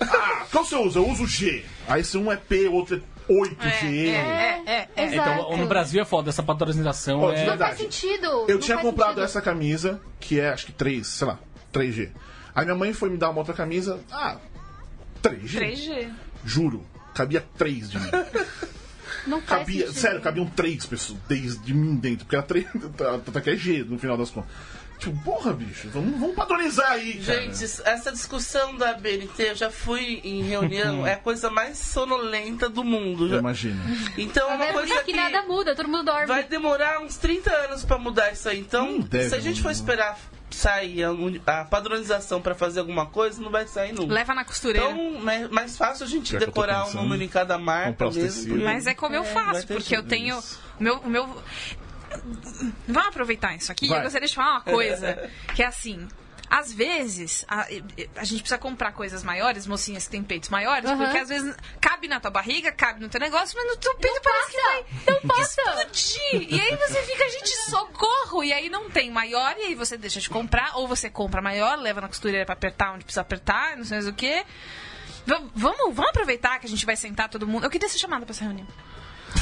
Ah, qual você usa? Eu uso G. Aí se um é P, o outro é 8G.
É, é, é.
Exato.
Então, no Brasil é foda, essa patrocinização
Ó, de
não
é...
verdade.
faz sentido.
Eu
não
tinha
faz
comprado
sentido.
essa camisa, que é acho que 3, sei lá, 3G. Aí minha mãe foi me dar uma outra camisa. Ah, 3G?
3G.
Juro. Cabia 3 de mim.
Não faz
Cabia,
sentido.
sério, cabiam três pessoas desde de mim dentro, porque era três, até que é G no final das contas. Tipo, porra, bicho, vamos, vamos padronizar aí, cara.
Gente, essa discussão da BNT, eu já fui em
Uhum.
reunião, é a coisa mais sonolenta do mundo.
Eu
já.
imagino.
Então é
Tá
uma
vendo?
coisa
Aqui
que
nada muda, todo mundo dorme.
vai demorar uns 30 anos pra mudar isso aí. Então,
Não deve,
se a gente
não.
for esperar sair a, uni- a padronização pra fazer alguma coisa, não vai sair nunca.
Leva na costureira.
Então, mais- mais fácil a gente
Pior que eu tô
decorar um
pensando.
número em cada marca
Comprar os
mesmo.
tecidos.
Mas é como eu
vai
faço,
ter
porque eu
tudo
tenho.
isso.
O meu, o meu... Vamos aproveitar isso aqui.
Vai.
Eu gostaria de falar uma coisa, que é assim. Às vezes, a, a gente precisa comprar coisas maiores, mocinhas que têm peitos maiores,
Aham.
porque às vezes cabe na tua barriga, cabe no teu negócio, mas no teu peito parece que vai
Não passa!
explodir. E aí você fica, gente, socorro! E aí não tem maior, e aí você deixa de comprar, ou você compra maior, leva na costureira pra apertar onde precisa apertar, não sei mais o quê. Va- Vamos, vamos aproveitar que a gente vai sentar todo mundo. Eu queria ser chamada pra essa reunião.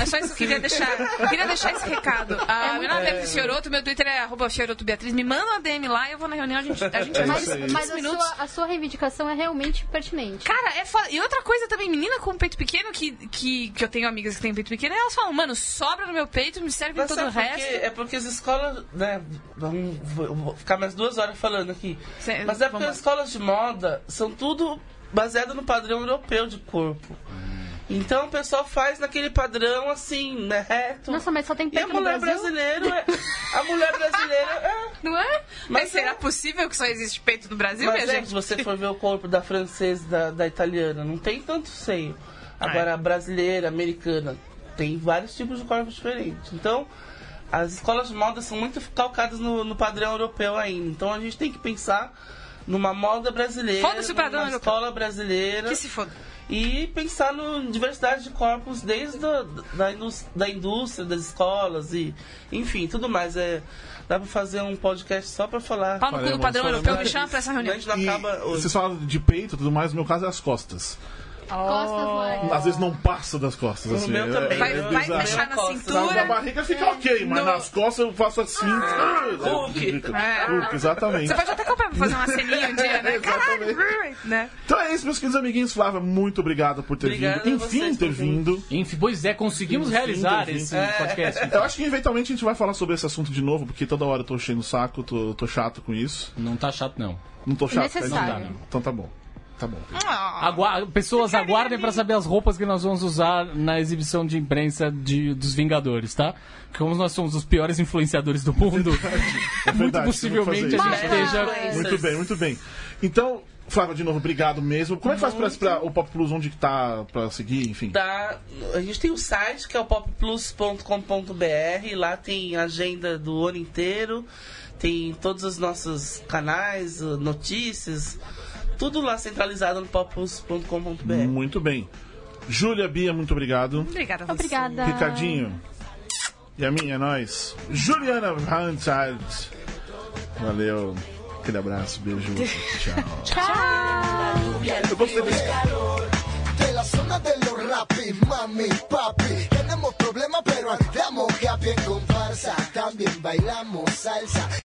É só isso que eu queria deixar. Eu Queria deixar esse recado. Ah, meu nome é Beatriz Fioroto, meu Twitter é arroba Fioroto Beatriz. Me manda uma DM lá, eu vou na reunião, a gente, a gente
É
faz
Mas,
isso aí.
uns
mas a,
minutos.
sua, a sua reivindicação é realmente pertinente.
Cara, é foda. E outra coisa também, menina com peito pequeno, que, que, que eu tenho amigas que têm peito pequeno, elas falam, mano, sobra no meu peito, me serve
Mas
todo o
sabe por quê?
resto.
É porque as escolas, né? Vamos vou- vou ficar mais duas horas falando aqui.
Cê-
Mas é porque
vamos lá.
as escolas de moda são tudo baseado no padrão europeu de corpo. Então o pessoal faz naquele padrão assim, né, reto.
Nossa, mas só tem
e a
peito no
mulher
Brasil?
brasileira é, a mulher brasileira é,
Não é? Mas,
Mas
será
é.
possível que só existe peito no Brasil,
mas
minha
é,
gente?
se você for ver o corpo da francesa, da, da italiana, não tem tanto seio. Agora,
É.
a brasileira, americana, tem vários tipos de corpos diferentes. Então, as escolas de moda são muito calcadas no, no padrão europeu ainda. Então, a gente tem que pensar numa moda brasileira,
Foda-se o padrão
numa
europeu.
escola brasileira
Que se foda.
e pensar na diversidade de corpos desde a, da, indus- da indústria, das escolas e, enfim, tudo mais. É, dá pra fazer um podcast só pra falar.
Pau no cu do
Faremos,
padrão
faremos.
europeu, me chama pra essa reunião.
A gente não
E
acaba hoje.
vocês falam de peito e tudo mais, no meu caso é as costas.
Costas largas.
Às vezes não passa das costas,
No
assim.
meu
é-
também.
Vai,
é
vai
bizarro.
deixar na
Costas,
Na
cintura.
barriga fica ok, mas
No-
nas costas eu faço assim.
Hulk.
É, Hulk, exatamente.
Você pode até comprar pra fazer uma ceninha um dia, né?
Exatamente.
Caralho, né?
Então é isso, meus queridos amiguinhos. Flávia, muito obrigado por ter
Obrigado
vindo.
a
Enfim,
vocês
ter
por virem.
vindo.
Enfim, pois é, conseguimos
Enfim,
realizar
enfim.
É.
esse podcast.
Eu acho que eventualmente a gente vai falar sobre esse assunto de novo, porque toda hora eu tô enchendo o saco, tô, tô chato com isso.
Não tá chato, não.
Não tô chato,
Necessário.
tá não. Então tá bom. Tá bom.
Ah.
Agua- Pessoas aguardem pra saber as roupas que nós vamos usar na exibição de imprensa de, dos Vingadores, tá? Porque Como nós somos os piores influenciadores do mundo,
É
muito
verdade,
possivelmente né? a
vamos
gente
fazer
Mas-
isso.
esteja.
Ah,
Muito bem, muito bem. Então, Flávia, de novo, obrigado mesmo. Como é que faz pra, pra- o Pop Plus, onde que tá pra seguir, enfim?
Tá, a gente tem o site que é o popplus.com.br, lá tem a agenda do ano inteiro, tem todos os nossos canais, eh, notícias, tudo lá centralizado no popplus.com.br.
Muito bem. Júlia, Bia, muito obrigado.
Obrigada a você.
Obrigada.
Ricardinho. E a minha, é nós. Juliana Hansard. Valeu. Aquele abraço, beijo. Tchau. Eu gostei desse
De la zona de los rapis, mami, papi. Tenemos problemas, pero andamos happy en comparsa. También bailamos salsa.